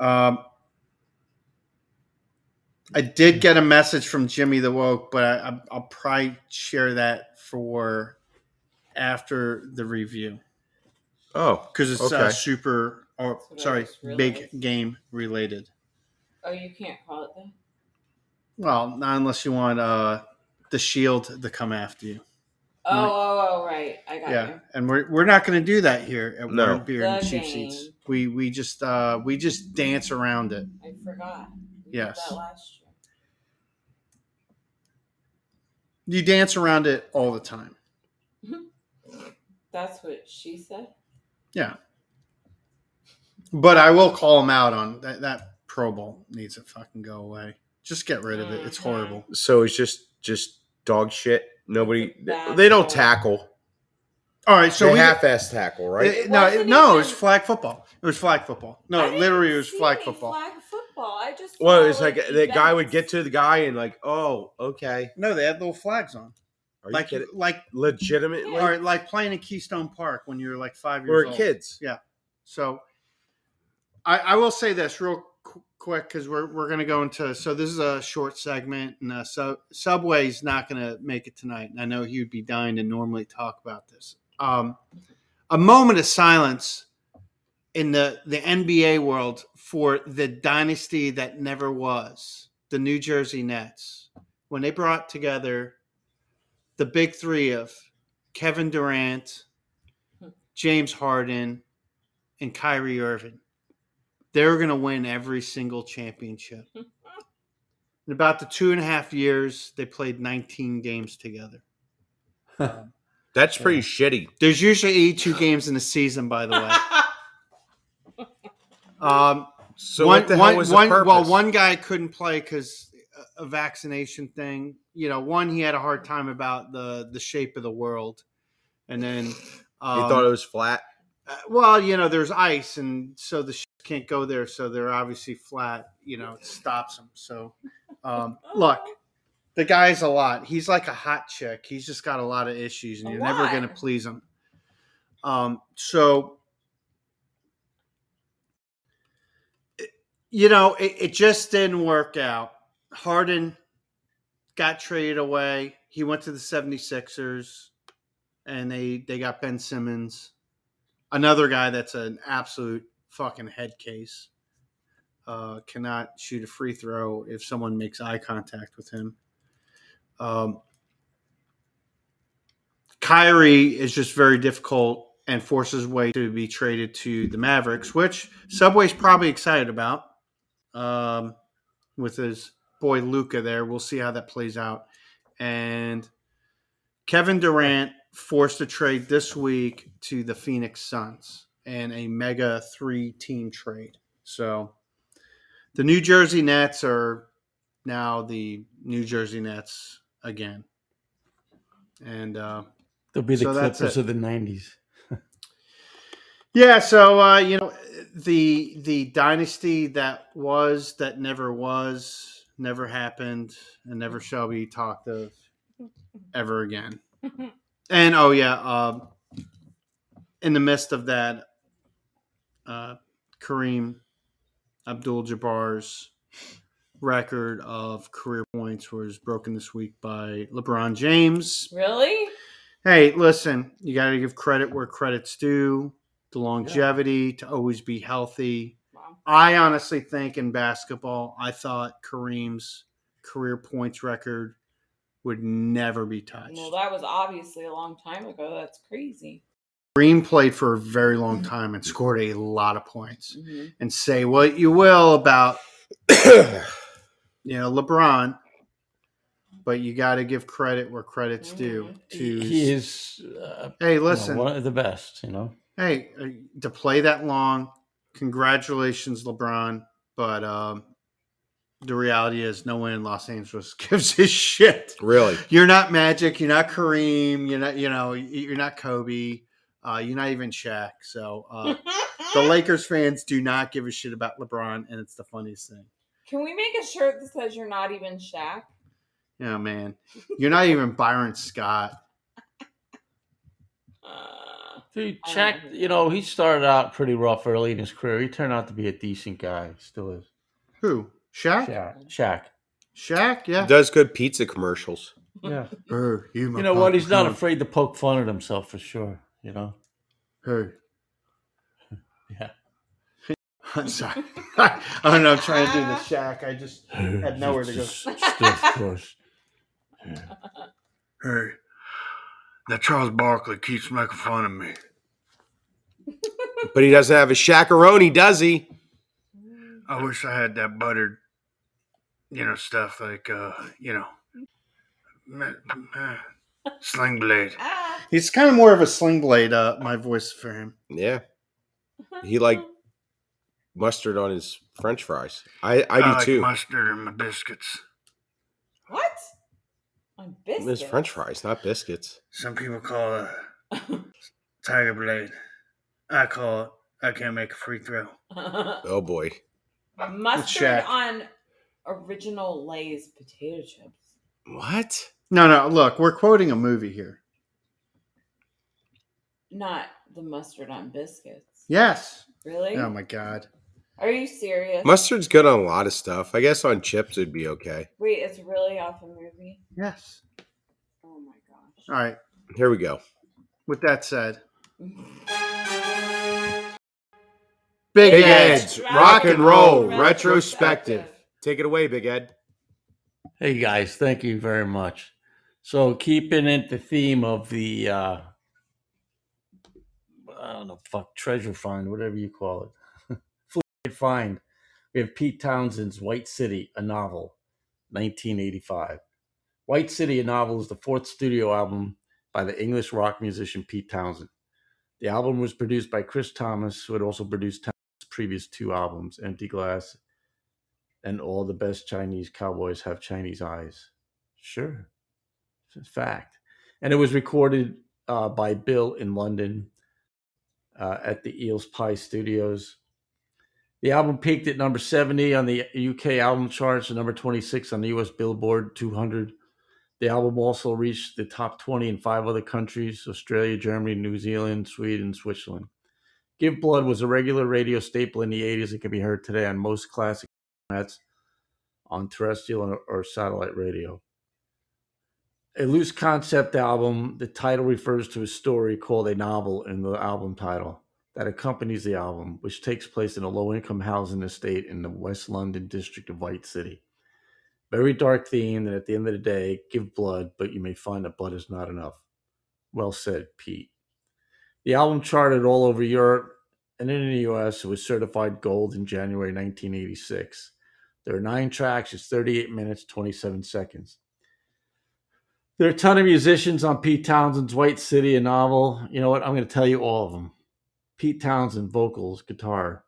Speaker 3: Um, I did get a message from Jimmy the Woke, but I, I, I'll probably share that for after the review
Speaker 2: Oh,
Speaker 3: because it's uh,
Speaker 2: Okay.
Speaker 3: super. Oh,
Speaker 1: That's what I
Speaker 3: sorry,
Speaker 1: just realized.
Speaker 3: big game related.
Speaker 1: Oh, you can't call it that.
Speaker 3: Well, not unless you want uh, the Shield to come after you.
Speaker 1: Oh, oh, oh, right. I got
Speaker 3: yeah
Speaker 1: you.
Speaker 3: and we're, we're not going to do that here at
Speaker 2: No.
Speaker 3: Warren beer and
Speaker 1: The
Speaker 3: cheap
Speaker 1: game.
Speaker 3: seats we we just uh we just dance around it
Speaker 1: I forgot. We did
Speaker 3: Yes.
Speaker 1: That last year.
Speaker 3: you dance around it all the time
Speaker 1: That's what she said.
Speaker 3: yeah but i will call them out on that that pro bowl needs to fucking go away just get rid of it it's
Speaker 1: Mhm.
Speaker 3: horrible
Speaker 2: so it's just just dog shit. Nobody.
Speaker 1: Bad
Speaker 2: They don't
Speaker 1: boy.
Speaker 2: tackle.
Speaker 3: all right so
Speaker 2: So
Speaker 3: we
Speaker 2: half-ass tackle, right?
Speaker 3: it- no
Speaker 1: Wasn't
Speaker 3: it, no it was
Speaker 1: even-
Speaker 3: flag football it was flag football
Speaker 1: I
Speaker 3: no
Speaker 1: didn't
Speaker 3: literally it was
Speaker 1: see
Speaker 3: flag
Speaker 1: any
Speaker 3: football
Speaker 1: Flag football. I just.
Speaker 2: well,
Speaker 1: saw,
Speaker 2: it's like
Speaker 1: he
Speaker 2: that guy would
Speaker 1: bounced.
Speaker 2: get to the guy and like, oh, okay,
Speaker 3: no they had little flags on
Speaker 2: are
Speaker 3: like
Speaker 2: you kidding?
Speaker 3: like
Speaker 2: Legitimately,
Speaker 3: all right like playing in keystone park when you're like five years
Speaker 2: or
Speaker 3: old
Speaker 2: kids?
Speaker 3: So I, I will say this real qu- quick because we're, we're going to go into so this is a short segment and uh, so Subway's not going to make it tonight. And I know he would be dying to normally talk about this. Um, a moment of silence in the, the NBA world for the dynasty that never was the New Jersey Nets when they brought together the big three of Kevin Durant, James Harden, and Kyrie Irving. They're going to win every single championship. In about the two and a half years, they played 19 games together.
Speaker 2: That's pretty shitty.
Speaker 3: There's usually 82 games in a season, by the way. Um,
Speaker 2: So
Speaker 3: one,
Speaker 2: what the
Speaker 3: one-
Speaker 2: hell was
Speaker 3: one-
Speaker 2: the purpose?
Speaker 3: Well, one guy couldn't play because a vaccination thing. You know, one he had a hard time about the the shape of the world, and then
Speaker 2: you
Speaker 3: um,
Speaker 2: thought it was flat.
Speaker 3: uh, well, you know, there's ice, and so the ships can't go there, so they're obviously flat. You know, it stops them. So, um,
Speaker 1: Oh,
Speaker 3: look, the guy's a lot. He's like a hot chick. He's just got a lot of issues, and
Speaker 1: A
Speaker 3: you're never
Speaker 1: lot.
Speaker 3: going to please him. Um, so, it- you know, it, it just didn't work out. Harden got traded away. He went to the 76ers, and they they got Ben Simmons, another guy that's an absolute fucking head case. Uh, cannot shoot a free throw if someone makes eye contact with him. Um, Kyrie is just very difficult and forces way to be traded to the Mavericks, which Subway's probably excited about um, with his boy Luca there. We'll see how that plays out. And Kevin Durant forced a trade this week to the Phoenix Suns and a mega three team trade. So the New Jersey Nets are now the New Jersey Nets again. And uh,
Speaker 4: They'll be the
Speaker 3: So that's
Speaker 4: Clippers
Speaker 3: it.
Speaker 4: of the '90s.
Speaker 3: Yeah, so uh, you know the the dynasty that was that never was never happened and never shall be talked of ever again. And oh yeah, um, in the midst of that, uh, Kareem Abdul-Jabbar's record of career points was broken this week by LeBron James.
Speaker 1: Really?
Speaker 3: Hey, listen, you got to give credit where credit's due, the longevity, to always be healthy.
Speaker 1: Wow.
Speaker 3: I honestly think in basketball, I thought Kareem's career points record would never be touched.
Speaker 1: Well, that was obviously a long time ago. That's crazy.
Speaker 3: Kareem played for a very long time and scored a lot of points.
Speaker 2: Mm-hmm.
Speaker 3: And say what you will about you know LeBron, but you got to give credit where credit's due. To
Speaker 4: He is uh,
Speaker 3: hey,
Speaker 4: you know,
Speaker 3: listen,
Speaker 4: one of the best. You know,
Speaker 3: hey uh, to play that long congratulations lebron but um, the reality is no one in los angeles gives a shit
Speaker 2: really?
Speaker 3: you're not magic you're not kareem you're not you know you're not kobe uh, you're not even Shaq. So uh, the Lakers fans do not give a shit about LeBron, and it's the funniest thing.
Speaker 1: Can we make a shirt that says "You're not even Shaq"?
Speaker 3: Yeah, man, you're not even Byron Scott.
Speaker 1: Uh,
Speaker 4: dude,
Speaker 1: I
Speaker 4: Shaq.
Speaker 1: don't know.
Speaker 4: You know, he started out pretty rough early in his career. He turned out to be a decent guy. Still is.
Speaker 3: Who? Shaq?
Speaker 4: Shaq. Shaq.
Speaker 3: Shaq? Yeah.
Speaker 2: Does good pizza commercials.
Speaker 4: Yeah.
Speaker 3: Er, my
Speaker 4: You know what?
Speaker 3: Papa
Speaker 4: He's not
Speaker 3: John.
Speaker 4: afraid to poke fun at himself for sure. You know.
Speaker 3: Er.
Speaker 4: Yeah.
Speaker 3: I'm sorry. I don't know. I'm trying to do the shack. I just had nowhere to go.
Speaker 4: Stiff course.
Speaker 3: Hey, that Charles Barkley keeps making fun of me.
Speaker 2: But he doesn't have a shakaroni, does he?
Speaker 3: I wish I had that buttered, you know, stuff like, uh, you know, sling blade.
Speaker 1: ah.
Speaker 3: He's kind of more of a sling blade. Uh, my voice for him.
Speaker 2: Yeah, He like- mustard on his French fries. I I do too.
Speaker 3: Mustard and my biscuits.
Speaker 1: what? On
Speaker 2: It
Speaker 1: biscuits.
Speaker 2: was French fries, not biscuits.
Speaker 3: Some people call it tiger blade. I call it. I can't make a free throw.
Speaker 2: Oh boy,
Speaker 1: Mustard
Speaker 3: Shaq.
Speaker 1: on original Lay's potato chips.
Speaker 2: what?
Speaker 3: No, no. Look, we're quoting a movie here.
Speaker 1: Not the mustard on biscuits.
Speaker 3: Yes.
Speaker 1: Really?
Speaker 3: Oh my god.
Speaker 1: Are you serious?
Speaker 2: Mustard's good on a lot of stuff. I guess on chips it'd be okay.
Speaker 1: Wait, it's really off a movie?
Speaker 3: Yes.
Speaker 1: Oh my gosh.
Speaker 3: All right.
Speaker 2: Here we go.
Speaker 3: With that said,
Speaker 2: Big,
Speaker 3: big
Speaker 2: Ed's,
Speaker 3: heads.
Speaker 2: rock and roll retrospective.
Speaker 1: Retrospective.
Speaker 2: Take it away, Big Ed.
Speaker 4: Hey guys, thank you very much. So keeping it the theme of the uh I don't know, fuck treasure find, whatever you call it. Floyd find. We have Pete Townsend's White City, a novel, 1985. White City, a novel is the fourth studio album by the English rock musician Pete Townsend. The album was produced by Chris Thomas, who had also produced Townsend's previous two albums, Empty Glass and All the Best Chinese Cowboys Have Chinese Eyes. Sure. It's a fact. And it was recorded uh, by Bill in London uh, at the Eels Pie Studios. The album peaked at number 70 on the UK album charts and number 26 on the US Billboard 200. The album also reached the top 20 in five other countries Australia, Germany, New Zealand, Sweden, Switzerland. Give Blood was a regular radio staple in the 80s and can be heard today on most classic formats on terrestrial or, or satellite radio. A loose concept album, the title refers to a story called a novel in the album title that accompanies the album, which takes place in a low income housing estate in the West London district of White City. Very dark theme, and at the end of the day, give blood, but you may find that blood is not enough. Well said, Pete. The album charted all over Europe and in the US. It was certified gold in January 1986. There are nine tracks, it's 38 minutes, 27 seconds. There are a ton of musicians on Pete Townsend's White City, a novel. You know what? I'm going to tell you all of them. Pete Townsend, vocals, guitar.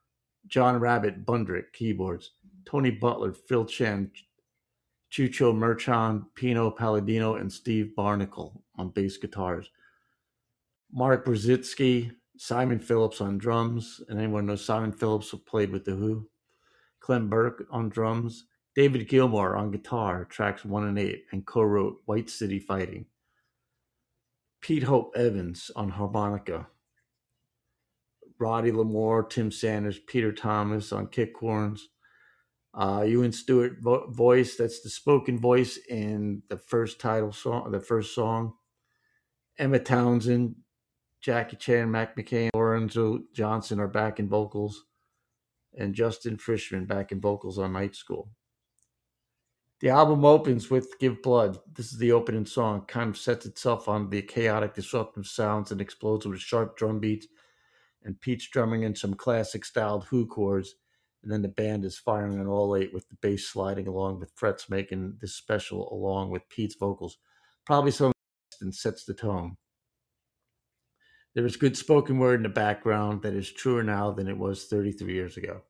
Speaker 4: John Rabbit, Bundrick, keyboards. Tony Butler, Phil Chen, Chucho Merchan, Pino Palladino, and Steve Barnacle on bass guitars. Mark Brzezinski, Simon Phillips on drums. And anyone knows Simon Phillips who played with The Who? Clem Burke on drums. David Gilmour on guitar, tracks one and eight, and co wrote White City Fighting. Pete Hope Evans on harmonica. Roddy Lamore, Tim Sanders, Peter Thomas on kick horns. Uh, Ewan Stewart vo- voice, that's the spoken voice in the first title song, the first song. Emma Townsend, Jackie Chan, Mac McCain, Lorenzo Johnson are back in vocals, and Justin Frischman back in vocals on Night School. The album opens with Give Blood. This is the opening song, kind of sets itself on the chaotic, disruptive sounds and explodes with sharp drum beats and Pete's drumming in some classic styled Who chords. And then the band is firing on all eight with the bass sliding along with frets making this special along with Pete's vocals. Probably something and sets the tone. There is good spoken word in the background that is truer now than it was 33 years ago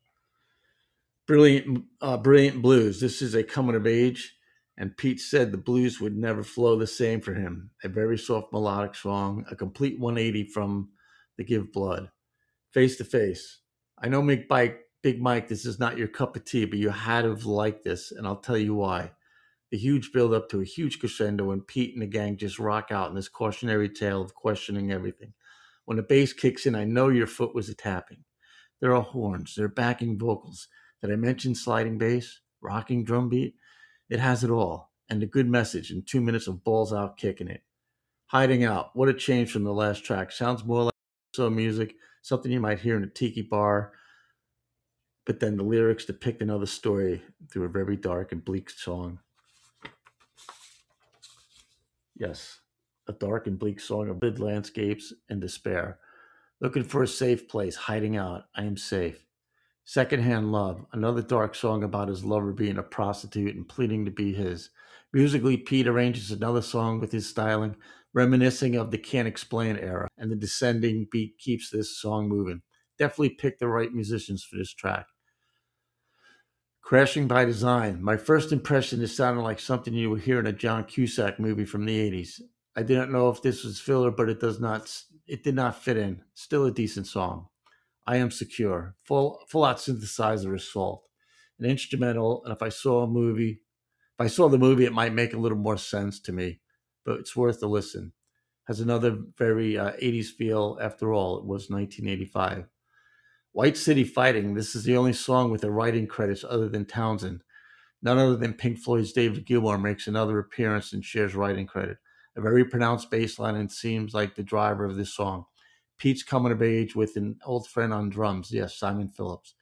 Speaker 4: brilliant uh, brilliant blues this is a coming of age and pete said the blues would never flow the same for him a very soft melodic song a complete 180 from the give blood face to face i know Mick Bike, big mike this is not your cup of tea but you had to have liked this and i'll tell you why the huge build up to a huge crescendo and pete and the gang just rock out in this cautionary tale of questioning everything when the bass kicks in i know your foot was a tapping there are horns there are backing vocals did I mention sliding bass, rocking drum beat? It has it all, and a good message in two minutes of balls out kicking it. Hiding Out, what a change from the last track. Sounds more like so music, something you might hear in a tiki bar. But then the lyrics depict another story through a very dark and bleak song. Yes, a dark and bleak song of bid landscapes and despair. Looking for a safe place, hiding out. I am safe. Secondhand Love, another dark song about his lover being a prostitute and pleading to be his. Musically, Pete arranges another song with his styling, reminiscing of the Can't Explain era, and the descending beat keeps this song moving. Definitely picked the right musicians for this track. Crashing by Design. My first impression, this sounded like something you would hear in a John Cusack movie from the 80s. I didn't know if this was filler, but it does not. It did not fit in. Still a decent song. I am secure. Full full out synthesizer assault. An instrumental, and if I saw a movie, if I saw the movie, it might make a little more sense to me. But it's worth a listen. Has another very uh, 80s feel. After all, it was 1985. White City Fighting. This is the only song with the writing credits other than Townsend. None other than Pink Floyd's David Gilmour makes another appearance and shares writing credit. A very pronounced bass line and seems like the driver of this song. Pete's coming of age with an old friend on drums. Yes, Simon Phillips.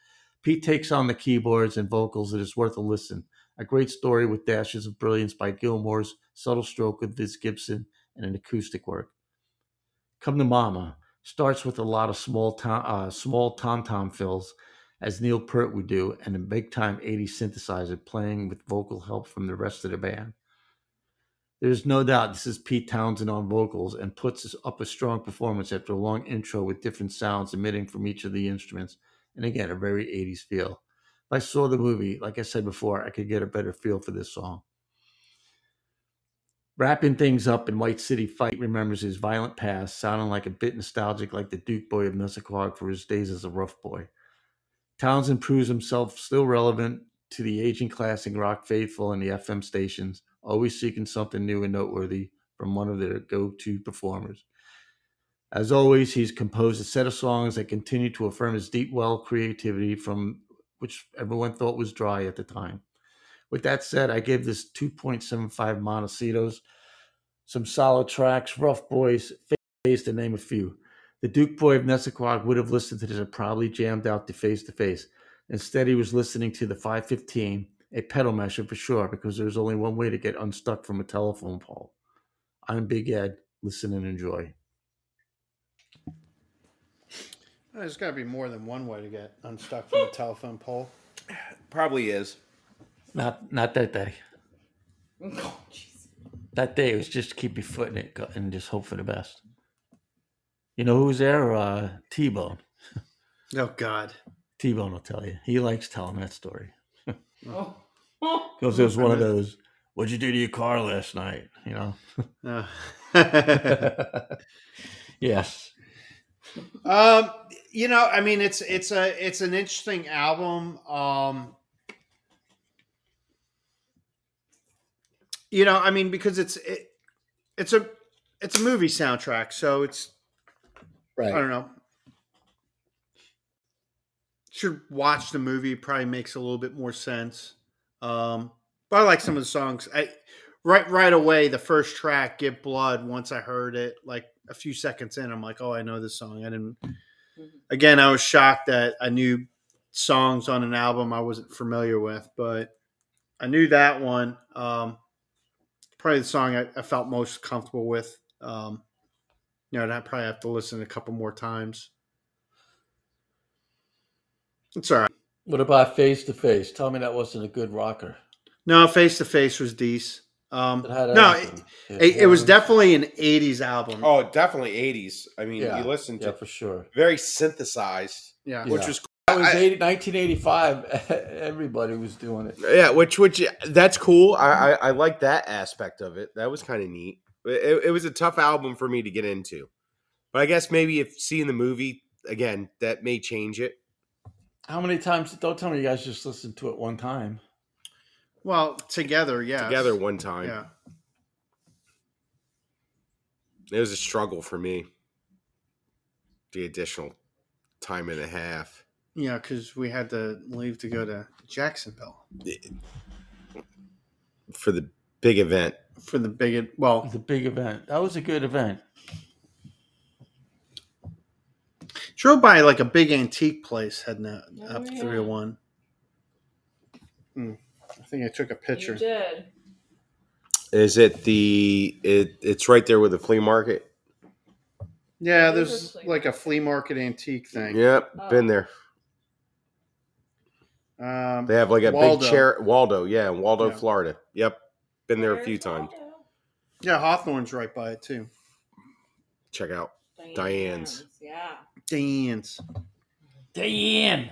Speaker 4: Pete takes on the keyboards and vocals. It is worth a listen. A great story with dashes of brilliance by Gilmore's, subtle stroke with Vince Gibson, and an acoustic work. Come to Mama starts with a lot of small tom, uh, small tom tom fills, as Neil Peart would do, and a big time 80s synthesizer playing with vocal help from the rest of the band. There's no doubt this is Pete Townsend on vocals and puts us up a strong performance after a long intro with different sounds emitting from each of the instruments, and again, a very 80s feel. If I saw the movie, like I said before, I could get a better feel for this song. Wrapping things up in White City Fight remembers his violent past, sounding like a bit nostalgic like the Duke boy of Mississauga for his days as a rough boy. Townsend proves himself still relevant to the aging class and rock faithful in the FM stations, always seeking something new and noteworthy from one of their go to performers. As always, he's composed a set of songs that continue to affirm his deep well of creativity from which everyone thought was dry at the time. With that said, I give this 2.75 Montecitos, some solid tracks, Rough Boys, Face to name a few. The Duke Boy of Nessaquag would have listened to this and probably jammed out to Face to Face. Instead, he was listening to the 515, a pedal measure for sure, because there's only one way to get unstuck from a telephone pole. I'm Big Ed. Listen and enjoy.
Speaker 3: There's got to be more than one way to get unstuck from a telephone pole.
Speaker 5: Probably is.
Speaker 4: Not not that day.
Speaker 1: Oh, jeez.
Speaker 4: That day was just keep your foot in it go- and just hope for the best. You know who's there? Uh, T Bone.
Speaker 3: Oh God.
Speaker 4: T Bone will tell you. He likes telling that story
Speaker 1: Oh. Oh.
Speaker 4: because it was one of those. What'd you do to your car last night? You know.
Speaker 3: Uh,
Speaker 4: yes.
Speaker 3: um, you know, I mean, it's it's a it's an interesting album. Um, you know, I mean, because it's it, it's a it's a movie soundtrack, so it's
Speaker 6: Right.
Speaker 3: I don't know. Should watch the movie. Probably makes a little bit more sense. Um, but I like some of the songs. I right right away the first track, "Get Blood." Once I heard it, like a few seconds in, I'm like, "Oh, I know this song." I didn't. Again, I was shocked that I knew songs on an album I wasn't familiar with, but I knew that one. Um, probably the song I, I felt most comfortable with. Um, you know, and I probably have to listen a couple more times. It's all right.
Speaker 6: What about face to face? Tell me that wasn't a good rocker.
Speaker 3: No, face to face was decent. Um,
Speaker 6: It had
Speaker 3: no, it,
Speaker 6: everything.
Speaker 3: it, it was
Speaker 6: warmed-
Speaker 3: definitely an '80s
Speaker 2: Mm.
Speaker 3: album.
Speaker 5: Oh, definitely 80s. I mean,
Speaker 6: Yeah.
Speaker 5: you listen to
Speaker 6: yeah for sure.
Speaker 5: very synthesized,
Speaker 3: yeah,
Speaker 5: which
Speaker 6: Yeah.
Speaker 5: was cool.
Speaker 6: That was
Speaker 5: I-
Speaker 6: 80, 1985. Everybody was doing it.
Speaker 2: Yeah, which which that's cool. I I, I like that aspect of it. That was kind of neat. It, it was a tough album for me to get into, but I guess maybe if seeing the movie again, that may change it.
Speaker 6: How many times? Don't tell me you guys just listened to it one time.
Speaker 3: Well, together, yeah,
Speaker 2: Together one time,
Speaker 3: yeah.
Speaker 2: it was a struggle for me. The additional time and a half.
Speaker 3: Yeah, because we had to leave to go to Jacksonville
Speaker 2: for the big event.
Speaker 3: for the big.
Speaker 4: Mm-hmm.
Speaker 3: Well,
Speaker 6: The big event. That was a good event.
Speaker 3: drove by like a big antique place heading out,
Speaker 1: Oh,
Speaker 3: up
Speaker 1: yeah.
Speaker 3: 301. Hmm. I think I took a
Speaker 1: You
Speaker 3: picture.
Speaker 1: did.
Speaker 2: Is it the it it's right there with the flea market?
Speaker 3: Yeah,
Speaker 1: It was
Speaker 3: there's
Speaker 1: a flea
Speaker 3: like a flea market antique thing.
Speaker 2: Yep, been
Speaker 1: Oh.
Speaker 2: there.
Speaker 3: Um,
Speaker 2: They have like a
Speaker 3: Waldo.
Speaker 2: big chair Waldo, yeah, in Waldo,
Speaker 3: Yeah.
Speaker 2: Florida. Yep. Been there a
Speaker 1: There's
Speaker 2: few times.
Speaker 1: Waldo.
Speaker 3: yeah, Hawthorne's right by it too.
Speaker 2: Check out.
Speaker 1: Diane's.
Speaker 2: Diane's.
Speaker 1: Yeah.
Speaker 3: Dance.
Speaker 6: Damn.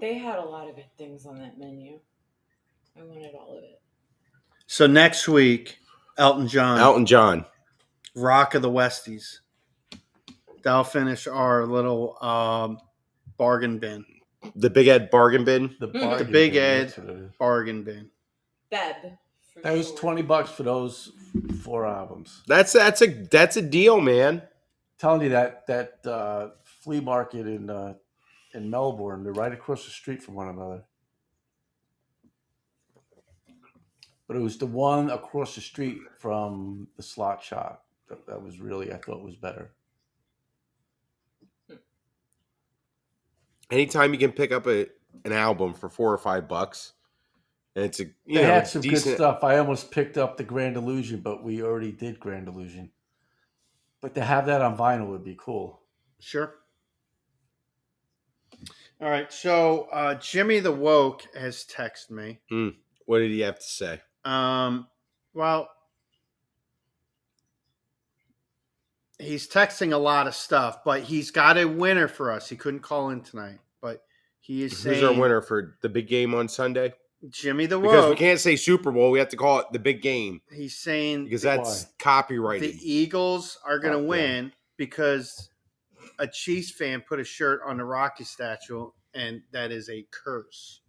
Speaker 1: They had a lot of good things on that menu. I wanted all of it.
Speaker 3: So next week, Elton John,
Speaker 2: Elton John.
Speaker 3: Rock of the Westies. That'll finish our little um, bargain bin.
Speaker 2: The big Ed bargain bin.
Speaker 6: The,
Speaker 1: The
Speaker 3: Big
Speaker 6: bargain,
Speaker 3: Ed.
Speaker 6: that's what it is.
Speaker 3: Bargain bin.
Speaker 1: Beb. for
Speaker 6: That was
Speaker 1: sure.
Speaker 6: 20 bucks for those four albums.
Speaker 2: That's that's a that's a deal, man.
Speaker 6: telling you that that uh, flea market in uh, in Melbourne, they're right across the street from one another. But it was the one across the street from the slot shop that, that was really I thought was better.
Speaker 2: Anytime you can pick up a an album for four or five bucks, and it's a you
Speaker 7: They
Speaker 2: know
Speaker 7: had some good
Speaker 2: decent.
Speaker 7: stuff. I almost picked up the Grand Illusion, but we already did Grand Illusion. But to have that on vinyl would be cool.
Speaker 3: Sure. All right. So uh, Jimmy the Woke has texted me.
Speaker 2: What did he have to say?
Speaker 3: Um, well, he's texting a lot of stuff, but he's got a winner for us. He couldn't call in tonight, but he is
Speaker 2: Who's
Speaker 3: saying
Speaker 2: our winner for the big game on Sunday?
Speaker 3: Jimmy the
Speaker 2: Because we
Speaker 3: Woke.
Speaker 2: can't say Super Bowl, we have to call it the big game
Speaker 3: He's saying
Speaker 2: because
Speaker 7: Why?
Speaker 2: that's copyrighted.
Speaker 3: the Eagles are going
Speaker 7: Oh,
Speaker 3: to
Speaker 7: yeah.
Speaker 3: win because a Chiefs fan put a shirt on the Rocky statue, and that is a curse.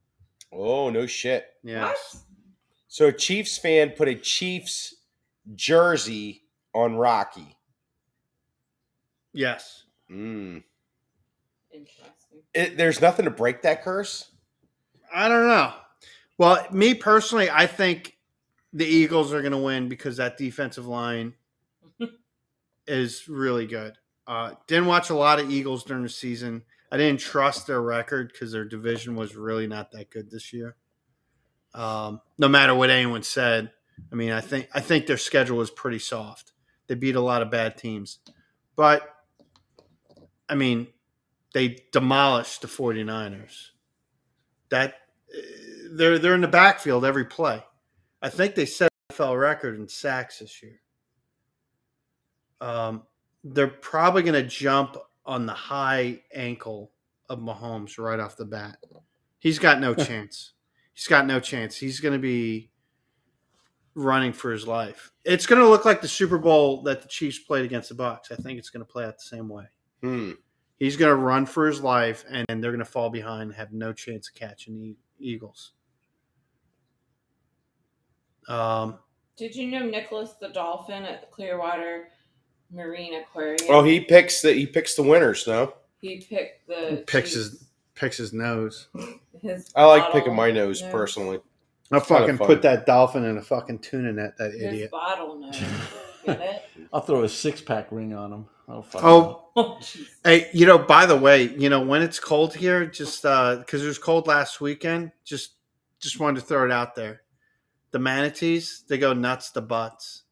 Speaker 2: oh no shit!
Speaker 3: Yeah.
Speaker 2: So a Chiefs fan put a Chiefs jersey on Rocky.
Speaker 3: Yes.
Speaker 2: Mm.
Speaker 1: Interesting.
Speaker 2: It, there's nothing to break that curse.
Speaker 3: I don't know. Well, me personally, I think the Eagles are going to win because that defensive line is really good. Uh, didn't watch a lot of Eagles during the season. I didn't trust their record because their division was really not that good this year. Um, no matter what anyone said, I mean, I think I think their schedule was pretty soft. They beat a lot of bad teams, but I mean, they demolished the 49ers that uh, they're they're in the backfield every play. I think they set an NFL record in sacks this year. Um, they're probably going to jump on the high ankle of Mahomes right off the bat. He's got no chance. He's got no chance. He's going to be running for his life. It's going to look like the Super Bowl that the Chiefs played against the Bucks. I think it's going to play out the same way.
Speaker 2: Hmm.
Speaker 3: He's going to run for his life, and, and they're going to fall behind, and have no chance of catching the E- Eagles. Um,
Speaker 1: Did you know Nicholas the dolphin at the Clearwater Marine Aquarium?
Speaker 2: Oh, he picks the he picks the winners. No,
Speaker 1: he picked the
Speaker 3: Picks his-
Speaker 1: Chiefs-
Speaker 3: picks his nose.
Speaker 1: his
Speaker 2: I like
Speaker 1: bottle-
Speaker 2: picking my nose
Speaker 1: no,
Speaker 2: personally.
Speaker 3: I fucking
Speaker 2: Kinda fun.
Speaker 3: put that dolphin in a fucking tuna net. That
Speaker 1: His
Speaker 3: idiot.
Speaker 1: bottle nose. Get it?
Speaker 7: I'll throw a six pack ring on them. Oh, fuck
Speaker 3: Oh,
Speaker 1: Oh, jeez.
Speaker 3: Hey, you know, by the way, you know, when it's cold here, just because it was cold last weekend, just just wanted to throw it out there. The manatees, they go nuts to butts.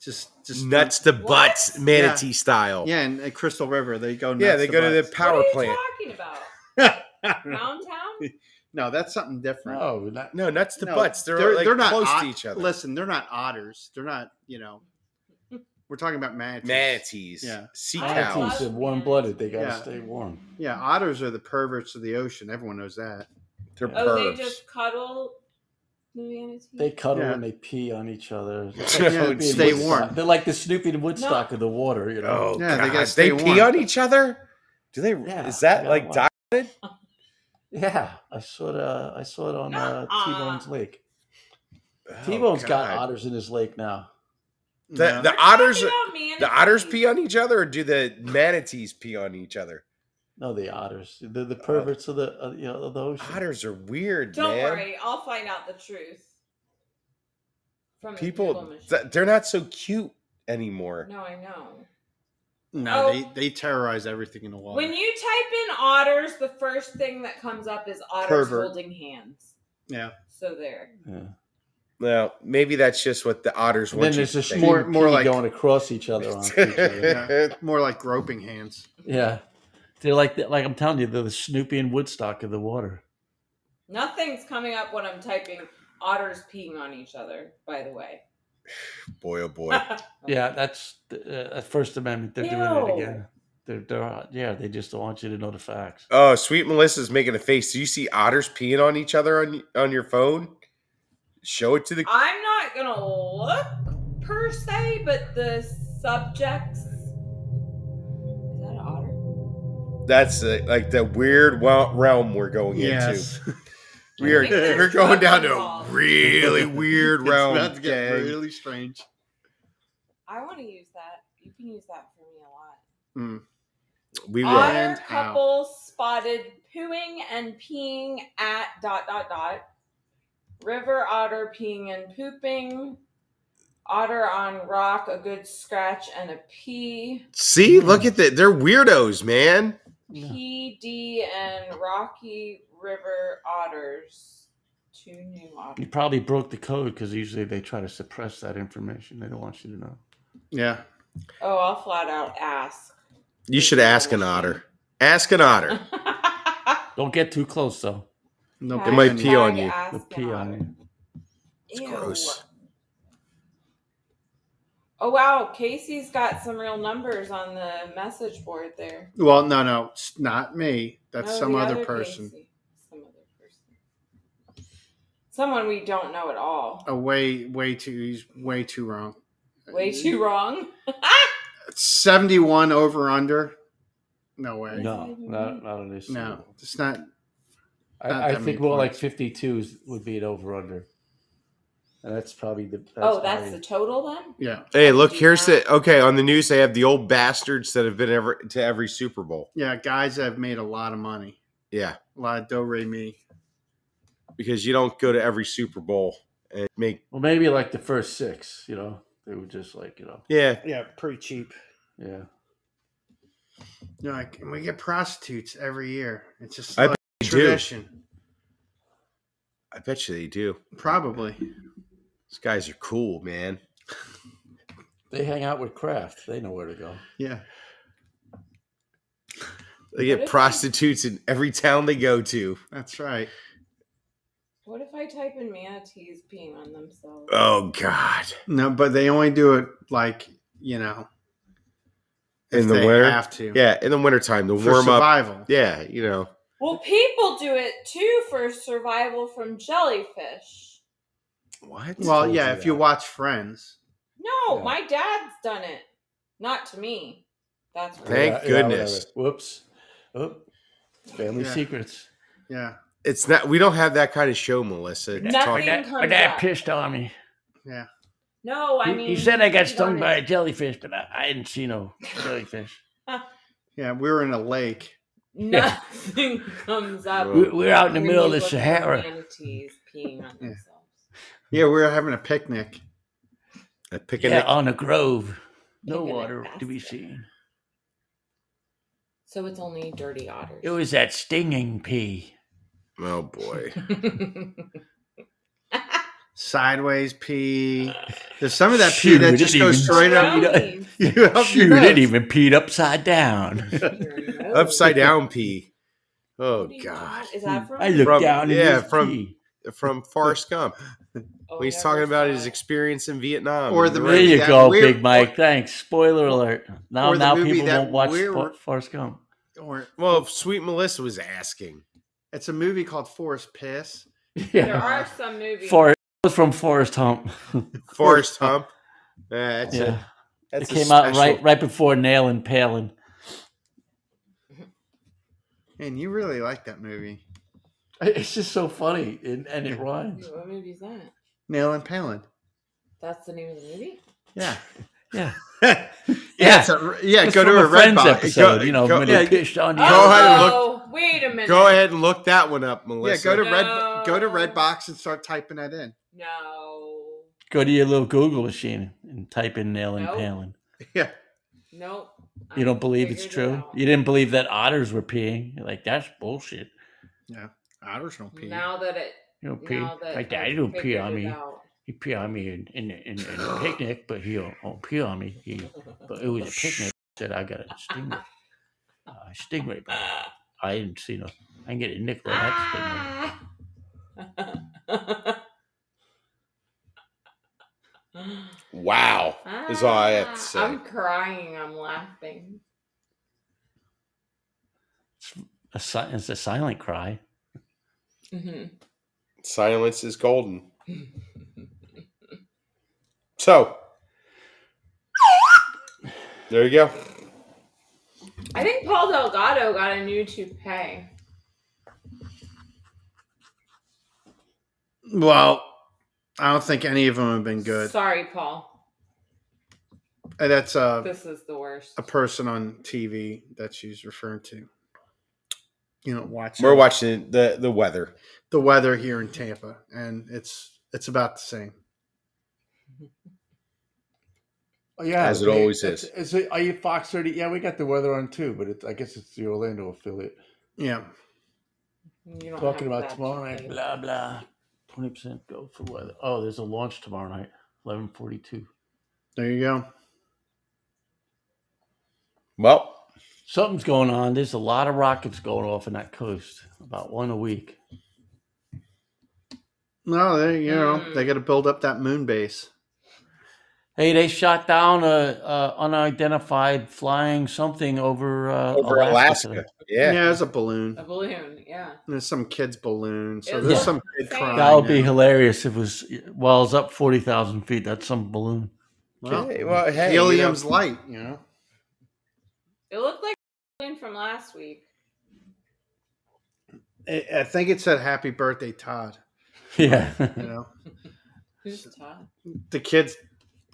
Speaker 3: Just just
Speaker 2: Nuts to
Speaker 1: What?
Speaker 2: butts, manatee style.
Speaker 3: Yeah, and at Crystal River, they go nuts.
Speaker 2: Yeah, they go to the
Speaker 1: what
Speaker 3: butts.
Speaker 2: power
Speaker 1: are you
Speaker 2: plant.
Speaker 1: talking about? Poundtown?
Speaker 3: no, that's something different.
Speaker 7: no, we're not,
Speaker 2: No, nuts to
Speaker 3: No,
Speaker 2: butts. They're like, close
Speaker 3: ot-
Speaker 2: to each other.
Speaker 3: Listen, they're not otters. They're not, you know, we're talking about manatees.
Speaker 2: Manatees,
Speaker 3: Yeah.
Speaker 2: sea
Speaker 1: Manatees.
Speaker 2: cows.
Speaker 7: manatees are warm blooded. They got to
Speaker 3: Yeah.
Speaker 7: stay warm.
Speaker 3: Yeah, otters are the perverts of the ocean. Everyone knows that.
Speaker 2: They're
Speaker 7: Oh,
Speaker 1: Oh,
Speaker 2: pervs.
Speaker 1: they just cuddle the manatee.
Speaker 7: They cuddle
Speaker 3: Yeah.
Speaker 7: and they pee on each other.
Speaker 3: Yeah,
Speaker 7: Snoopy and
Speaker 3: stay
Speaker 7: Woodstock.
Speaker 3: warm.
Speaker 7: They're like the Snoopy and Woodstock of the water, you know.
Speaker 2: Oh,
Speaker 3: Yeah, they
Speaker 2: God.
Speaker 3: gotta
Speaker 2: they
Speaker 3: stay
Speaker 2: pee
Speaker 3: warm.
Speaker 2: on each other. Do they?
Speaker 7: Yeah,
Speaker 2: is
Speaker 7: they
Speaker 2: that
Speaker 7: gotta
Speaker 2: like
Speaker 7: watch.
Speaker 2: documented?
Speaker 7: Yeah, I saw it. Uh, I saw it on uh,
Speaker 1: Uh-uh.
Speaker 7: T-Bone's lake.
Speaker 2: Oh,
Speaker 7: T-Bone's got
Speaker 2: God.
Speaker 7: otters in his lake now.
Speaker 2: The,
Speaker 3: No.
Speaker 2: the
Speaker 1: We're
Speaker 2: otters.
Speaker 1: talking about manatees.
Speaker 2: The otters pee on each other, or do the manatees pee on each other?
Speaker 7: No, the otters. The the perverts of the uh, you know of the ocean.
Speaker 2: Otters are weird,
Speaker 1: Don't
Speaker 2: man.
Speaker 1: worry, I'll find out the truth. From the Google
Speaker 2: People,
Speaker 1: machine.
Speaker 2: th- they're not so cute anymore.
Speaker 1: No, I know.
Speaker 3: no,
Speaker 1: Oh.
Speaker 3: they, they terrorize everything in the water.
Speaker 1: When you type in otters, the first thing that comes up is otters
Speaker 3: Pervert.
Speaker 1: holding hands.
Speaker 3: yeah,
Speaker 1: So there.
Speaker 7: Yeah.
Speaker 2: Well, maybe that's just what the otters
Speaker 7: And
Speaker 2: want.
Speaker 7: then
Speaker 2: you
Speaker 7: there's
Speaker 2: to
Speaker 7: just
Speaker 2: think.
Speaker 3: more-
Speaker 7: more
Speaker 3: more like-
Speaker 7: going across each other on each other.
Speaker 3: Yeah. more like groping hands.
Speaker 7: Yeah, they're like the, like I'm telling you, they're the Snoopy and Woodstock of the water.
Speaker 1: Nothing's coming up when I'm typing otters peeing on each other, by the way.
Speaker 2: boy, oh boy.
Speaker 7: Yeah, that's the uh, First Amendment. They're doing it
Speaker 1: Ew.
Speaker 7: again. They're, they're yeah, they just don't want you to know the facts.
Speaker 2: Oh, sweet Melissa's making a face. Do you see otters peeing on each other on on your phone? Show it to the.
Speaker 1: I'm not gonna look per se, but the subjects. Is that an otter?
Speaker 2: That's uh like the weird wel- realm we're going into. We are
Speaker 1: I think there's
Speaker 2: we're going
Speaker 1: drugs
Speaker 2: down to a
Speaker 1: involved.
Speaker 2: really weird
Speaker 3: It's
Speaker 2: realm.
Speaker 3: about to get
Speaker 2: gang.
Speaker 3: really strange.
Speaker 1: I want to use that. You can use that for me a lot.
Speaker 2: We will.
Speaker 3: Otter-
Speaker 1: Otter
Speaker 3: And how.
Speaker 1: couple spotted pooing and peeing at dot dot dot. River otter peeing and pooping. Otter on rock, a good scratch and a pee.
Speaker 2: See, look at that. They're weirdos, man.
Speaker 1: PD and Rocky River Otters. Two new
Speaker 4: You
Speaker 1: otters.
Speaker 4: probably broke the code because usually they try to suppress that information. They don't want you to know.
Speaker 3: Yeah.
Speaker 1: Oh, I'll flat out ask.
Speaker 2: You should ask an otter. Ask an otter.
Speaker 1: it
Speaker 4: Don't get too close though.
Speaker 3: No,
Speaker 2: It might pee on you.
Speaker 4: They'll pee on you.
Speaker 1: It's
Speaker 2: gross.
Speaker 1: Oh wow, Casey's got some real numbers on the message board there.
Speaker 3: Well, no, no, it's not me. That's
Speaker 1: No,
Speaker 3: some
Speaker 1: Oh, the
Speaker 3: other, person.
Speaker 1: Casey. Some other person. Someone we don't know at all.
Speaker 3: A way, way too. He's way too wrong.
Speaker 4: Uh,
Speaker 1: Way too wrong.
Speaker 3: Seventy-one over under. No way. No,
Speaker 4: No, not not on this.
Speaker 3: it's not. Not
Speaker 4: I, I
Speaker 3: that many
Speaker 4: think more like
Speaker 3: points.
Speaker 4: fifty-two is- would be an over/under, and that's probably the. That's
Speaker 1: oh, that's
Speaker 4: probably-
Speaker 1: the total then?
Speaker 3: Yeah,
Speaker 2: Hey, look, here's the okay, on the news they have the old bastards that have been ever to every Super Bowl.
Speaker 3: yeah. Guys that have made a lot of money.
Speaker 2: Yeah.
Speaker 3: A lot of do re mi.
Speaker 2: Because you don't go to every Super Bowl and make
Speaker 4: well, maybe like the first six. You know, they were just like you know,
Speaker 2: yeah.
Speaker 3: Yeah, pretty cheap.
Speaker 4: yeah.
Speaker 3: You're like, and we get prostitutes every year. It's just
Speaker 2: I
Speaker 3: like
Speaker 2: They do.
Speaker 3: tradition.
Speaker 2: I bet you they do.
Speaker 3: Probably.
Speaker 2: These guys are cool, man.
Speaker 4: They hang out with Kraft. They know where to go.
Speaker 3: Yeah.
Speaker 1: What
Speaker 2: They get
Speaker 1: if-
Speaker 2: prostitutes in every town they go to.
Speaker 3: That's right.
Speaker 1: What if I type in manatees peeing on themselves?
Speaker 2: Oh God!
Speaker 3: No, but they only do it like you know if
Speaker 2: In the
Speaker 3: they
Speaker 2: winter,
Speaker 3: have to.
Speaker 2: yeah, in the wintertime, the
Speaker 3: for
Speaker 2: warm up.
Speaker 3: survival.
Speaker 2: Yeah, you know,
Speaker 1: Well, people do it too for survival from jellyfish.
Speaker 4: What?
Speaker 3: Well, yeah, if you watch Friends,
Speaker 1: No,
Speaker 4: Yeah.
Speaker 1: my dad's done it. Not to me. That's right.
Speaker 2: Thank goodness.
Speaker 4: Whoops. Oh, family
Speaker 3: Yeah.
Speaker 4: secrets.
Speaker 3: yeah,
Speaker 2: it's not. We don't have that kind of show, Melissa. It's
Speaker 1: Nothing
Speaker 2: talk-
Speaker 1: comes up.
Speaker 4: pissed on me.
Speaker 1: No, I
Speaker 4: He-
Speaker 1: mean
Speaker 4: he said I got
Speaker 1: he's
Speaker 4: stung
Speaker 1: on
Speaker 4: by a
Speaker 1: it.
Speaker 4: jellyfish, but I, I didn't see no jellyfish.
Speaker 3: yeah. We were in a lake.
Speaker 1: Nothing comes up.
Speaker 2: Right.
Speaker 4: we, we're out in the
Speaker 1: when
Speaker 4: middle of
Speaker 1: you
Speaker 4: the
Speaker 1: look at
Speaker 4: Sahara.
Speaker 1: Manatees peeing on
Speaker 3: Yeah.
Speaker 1: themselves.
Speaker 3: Yeah, we were having a picnic.
Speaker 2: a picnic.
Speaker 4: Yeah, on a grove. No
Speaker 1: Picking it
Speaker 4: water to be
Speaker 1: faster.
Speaker 4: seen.
Speaker 1: So it's only dirty otters.
Speaker 4: It was that stinging pea.
Speaker 2: Oh boy!
Speaker 3: Sideways pee. There's some of that pee
Speaker 4: Shoot,
Speaker 3: that
Speaker 4: it
Speaker 3: just
Speaker 4: didn't
Speaker 3: goes
Speaker 4: even-
Speaker 3: straight up.
Speaker 1: Brownies.
Speaker 3: You up your
Speaker 4: Shoot, it
Speaker 3: nose.
Speaker 4: even peed upside down.
Speaker 1: Your nose.
Speaker 2: Upside down pee. Oh
Speaker 1: What do you
Speaker 2: God!
Speaker 1: want? Is that from?
Speaker 4: Hmm. I looked
Speaker 2: From-
Speaker 4: down.
Speaker 2: yeah,
Speaker 4: Yeah,
Speaker 2: from-
Speaker 4: from pee.
Speaker 2: From Forrest Gump
Speaker 1: Oh,
Speaker 2: when he's
Speaker 1: never
Speaker 2: talking about
Speaker 1: saw
Speaker 2: his
Speaker 1: it.
Speaker 2: experience in Vietnam
Speaker 3: Or
Speaker 2: and
Speaker 3: the
Speaker 2: he
Speaker 4: there
Speaker 3: movie
Speaker 2: ran-
Speaker 4: you
Speaker 3: that
Speaker 4: go,
Speaker 3: weird-
Speaker 4: Big Mike. Thanks. Spoiler alert. Now,
Speaker 3: or the
Speaker 4: now
Speaker 3: movie
Speaker 4: people
Speaker 3: that
Speaker 4: won't watch
Speaker 3: we're-
Speaker 4: Fo- Forrest Gump.
Speaker 3: Or
Speaker 2: Well, sweet Melissa was asking.
Speaker 3: it's a movie called Forest Piss.
Speaker 1: There
Speaker 4: Yeah,
Speaker 1: are some movies.
Speaker 4: Forrest it was from Forrest Hump.
Speaker 2: Forrest Hump. Yeah, that's
Speaker 4: yeah,
Speaker 2: a,
Speaker 4: it
Speaker 2: that's a
Speaker 4: came out
Speaker 2: special-
Speaker 4: right right before Nail and Palin.
Speaker 3: And you really like that movie,
Speaker 4: It's just so funny, and, and it rhymes.
Speaker 1: What movie is that?
Speaker 3: Nail and Palin.
Speaker 1: That's the name of the movie.
Speaker 3: Yeah,
Speaker 4: Yeah,
Speaker 3: yeah.
Speaker 4: Yeah.
Speaker 3: it's a- yeah
Speaker 4: It's
Speaker 3: go to
Speaker 4: from
Speaker 3: a, red
Speaker 4: Friends
Speaker 3: box.
Speaker 4: episode.
Speaker 2: Go-
Speaker 4: you know,
Speaker 2: go-
Speaker 4: when
Speaker 2: yeah,
Speaker 4: he pitched on you.
Speaker 2: Go ahead and look-
Speaker 1: Oh, Wait a minute.
Speaker 2: Go ahead and look that one up,
Speaker 3: Yeah,
Speaker 2: Melissa.
Speaker 3: go to red. Go to
Speaker 1: No.
Speaker 3: red box and start typing that in.
Speaker 1: No.
Speaker 4: Go to your little Google machine and type in Nail and
Speaker 1: No.
Speaker 4: Palin.
Speaker 3: Yeah,
Speaker 1: Nope.
Speaker 4: You don't believe it's true? You didn't believe that otters were peeing? You're like that's bullshit.
Speaker 3: otters don't pee.
Speaker 1: Now that it.
Speaker 4: You don't pee.
Speaker 1: Now that
Speaker 4: Like that,
Speaker 1: I've
Speaker 4: you don't pee
Speaker 1: figured
Speaker 4: on
Speaker 1: it
Speaker 4: me.
Speaker 1: out.
Speaker 4: He pee on me in in, in, in a picnic, but he don't, don't pee on me. He, but it was a picnic that I got a stingray. Uh, stingray, but I didn't see no. I didn't get a nickel on that
Speaker 2: Wow. Is all I have to say.
Speaker 1: Ah. I'm crying. I'm laughing.
Speaker 4: stingray. A, si- it's a silent cry.
Speaker 1: Mhm.
Speaker 2: Silence is golden. So there you go.
Speaker 1: I think Paul Delgado got a new toupee.
Speaker 3: Well, I don't think any of them have been good.
Speaker 1: Sorry, Paul.
Speaker 3: Uh, That's a
Speaker 1: This is the worst.
Speaker 3: a person on TV that she's referring to. You know, watching
Speaker 2: We're watching the the weather.
Speaker 3: the weather here in Tampa, and it's it's about the same.
Speaker 4: Oh, yeah,
Speaker 2: As it always is.
Speaker 4: Is it, are you Fox thirty? Yeah, we got the weather on too, but it, I guess it's the Orlando affiliate.
Speaker 3: Yeah.
Speaker 1: You don't
Speaker 4: Talking
Speaker 1: have
Speaker 4: about
Speaker 1: that
Speaker 4: tomorrow night,
Speaker 1: today.
Speaker 4: blah blah. Twenty percent go for weather. Oh, there's a launch tomorrow night, eleven forty two.
Speaker 3: There you go.
Speaker 2: Well,
Speaker 4: Something's going on. There's a lot of rockets going off in that coast. About one a week.
Speaker 3: No, they, you know,
Speaker 1: Mm.
Speaker 3: they got to build up that moon base.
Speaker 4: Hey, they shot down a, a unidentified flying something over uh,
Speaker 2: over Alaska.
Speaker 4: Alaska. today.
Speaker 3: Yeah,
Speaker 2: Yeah.
Speaker 3: it's a balloon.
Speaker 1: A balloon, yeah.
Speaker 3: There's some kid's balloon. So
Speaker 1: It
Speaker 3: there's
Speaker 1: looks
Speaker 3: some kid
Speaker 1: insane.
Speaker 3: crying.
Speaker 4: That would be
Speaker 3: now.
Speaker 4: hilarious if it was well, it's up forty thousand feet. That's some balloon.
Speaker 3: well,
Speaker 2: Hey, well, hey, you know,
Speaker 3: helium's light, you know.
Speaker 1: It looked like a balloon from last week.
Speaker 3: I I think it said "Happy Birthday, Todd."
Speaker 4: Yeah.
Speaker 3: You know,
Speaker 1: Who's Todd?
Speaker 3: the kids.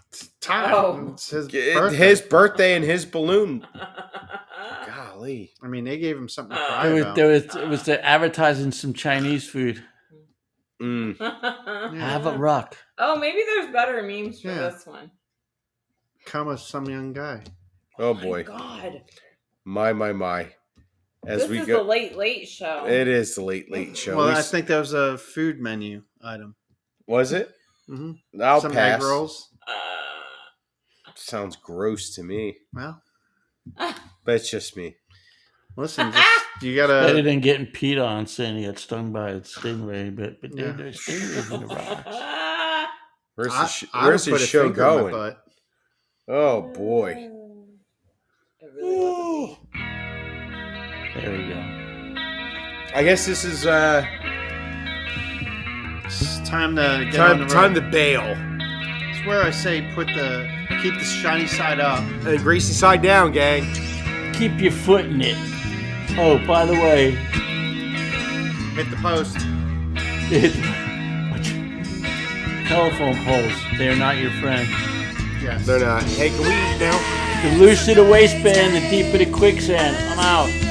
Speaker 3: it's Todd.
Speaker 1: Oh.
Speaker 3: It's his
Speaker 2: it-
Speaker 3: birthday.
Speaker 2: his birthday and his balloon. Golly.
Speaker 3: I mean, they gave him something to
Speaker 1: Uh,
Speaker 3: cry
Speaker 4: There was,
Speaker 3: about.
Speaker 4: there was it was the advertising some Chinese food.
Speaker 2: Mm.
Speaker 4: Have a rock.
Speaker 1: oh, maybe there's better memes for
Speaker 3: Yeah.
Speaker 1: this one.
Speaker 3: Come as some young guy.
Speaker 2: Oh
Speaker 1: My
Speaker 2: boy.
Speaker 1: God.
Speaker 2: My my my. As
Speaker 1: this
Speaker 2: we
Speaker 1: is
Speaker 2: go,
Speaker 1: the late, late show.
Speaker 2: it is the late late show.
Speaker 3: well,
Speaker 2: We
Speaker 3: I
Speaker 2: s-
Speaker 3: think that was a food menu item.
Speaker 2: was it?
Speaker 3: hmm
Speaker 2: I'll
Speaker 3: some
Speaker 2: pass.
Speaker 3: egg rolls.
Speaker 1: Uh,
Speaker 2: Sounds gross to me,
Speaker 3: Well,
Speaker 2: but it's just me.
Speaker 3: listen, just, you
Speaker 4: Better
Speaker 3: gotta.
Speaker 4: than getting peed on saying he got stung by a stingray, but but there
Speaker 3: Yeah.
Speaker 4: there's stingrays in the rocks.
Speaker 2: Where's
Speaker 3: I,
Speaker 2: the, sh-
Speaker 3: I
Speaker 2: where's
Speaker 3: would
Speaker 2: the
Speaker 3: put a
Speaker 2: show
Speaker 3: finger in my
Speaker 2: going?
Speaker 3: butt.
Speaker 2: Oh boy.
Speaker 1: It really was a
Speaker 4: There we go.
Speaker 2: I guess this is uh
Speaker 3: It's time to get on
Speaker 8: Time,
Speaker 3: the
Speaker 8: time
Speaker 3: road.
Speaker 8: to bail.
Speaker 3: It's where I say put the keep the shiny side up.
Speaker 8: Uh, greasy side down, gang.
Speaker 4: Keep your foot in it. Oh, by the way,
Speaker 3: Hit the post.
Speaker 4: it, telephone poles, they're not your friend.
Speaker 3: Yes.
Speaker 8: They're not. Hey, can we eat now?
Speaker 4: The looser the waistband, the deeper the quicksand. I'm out.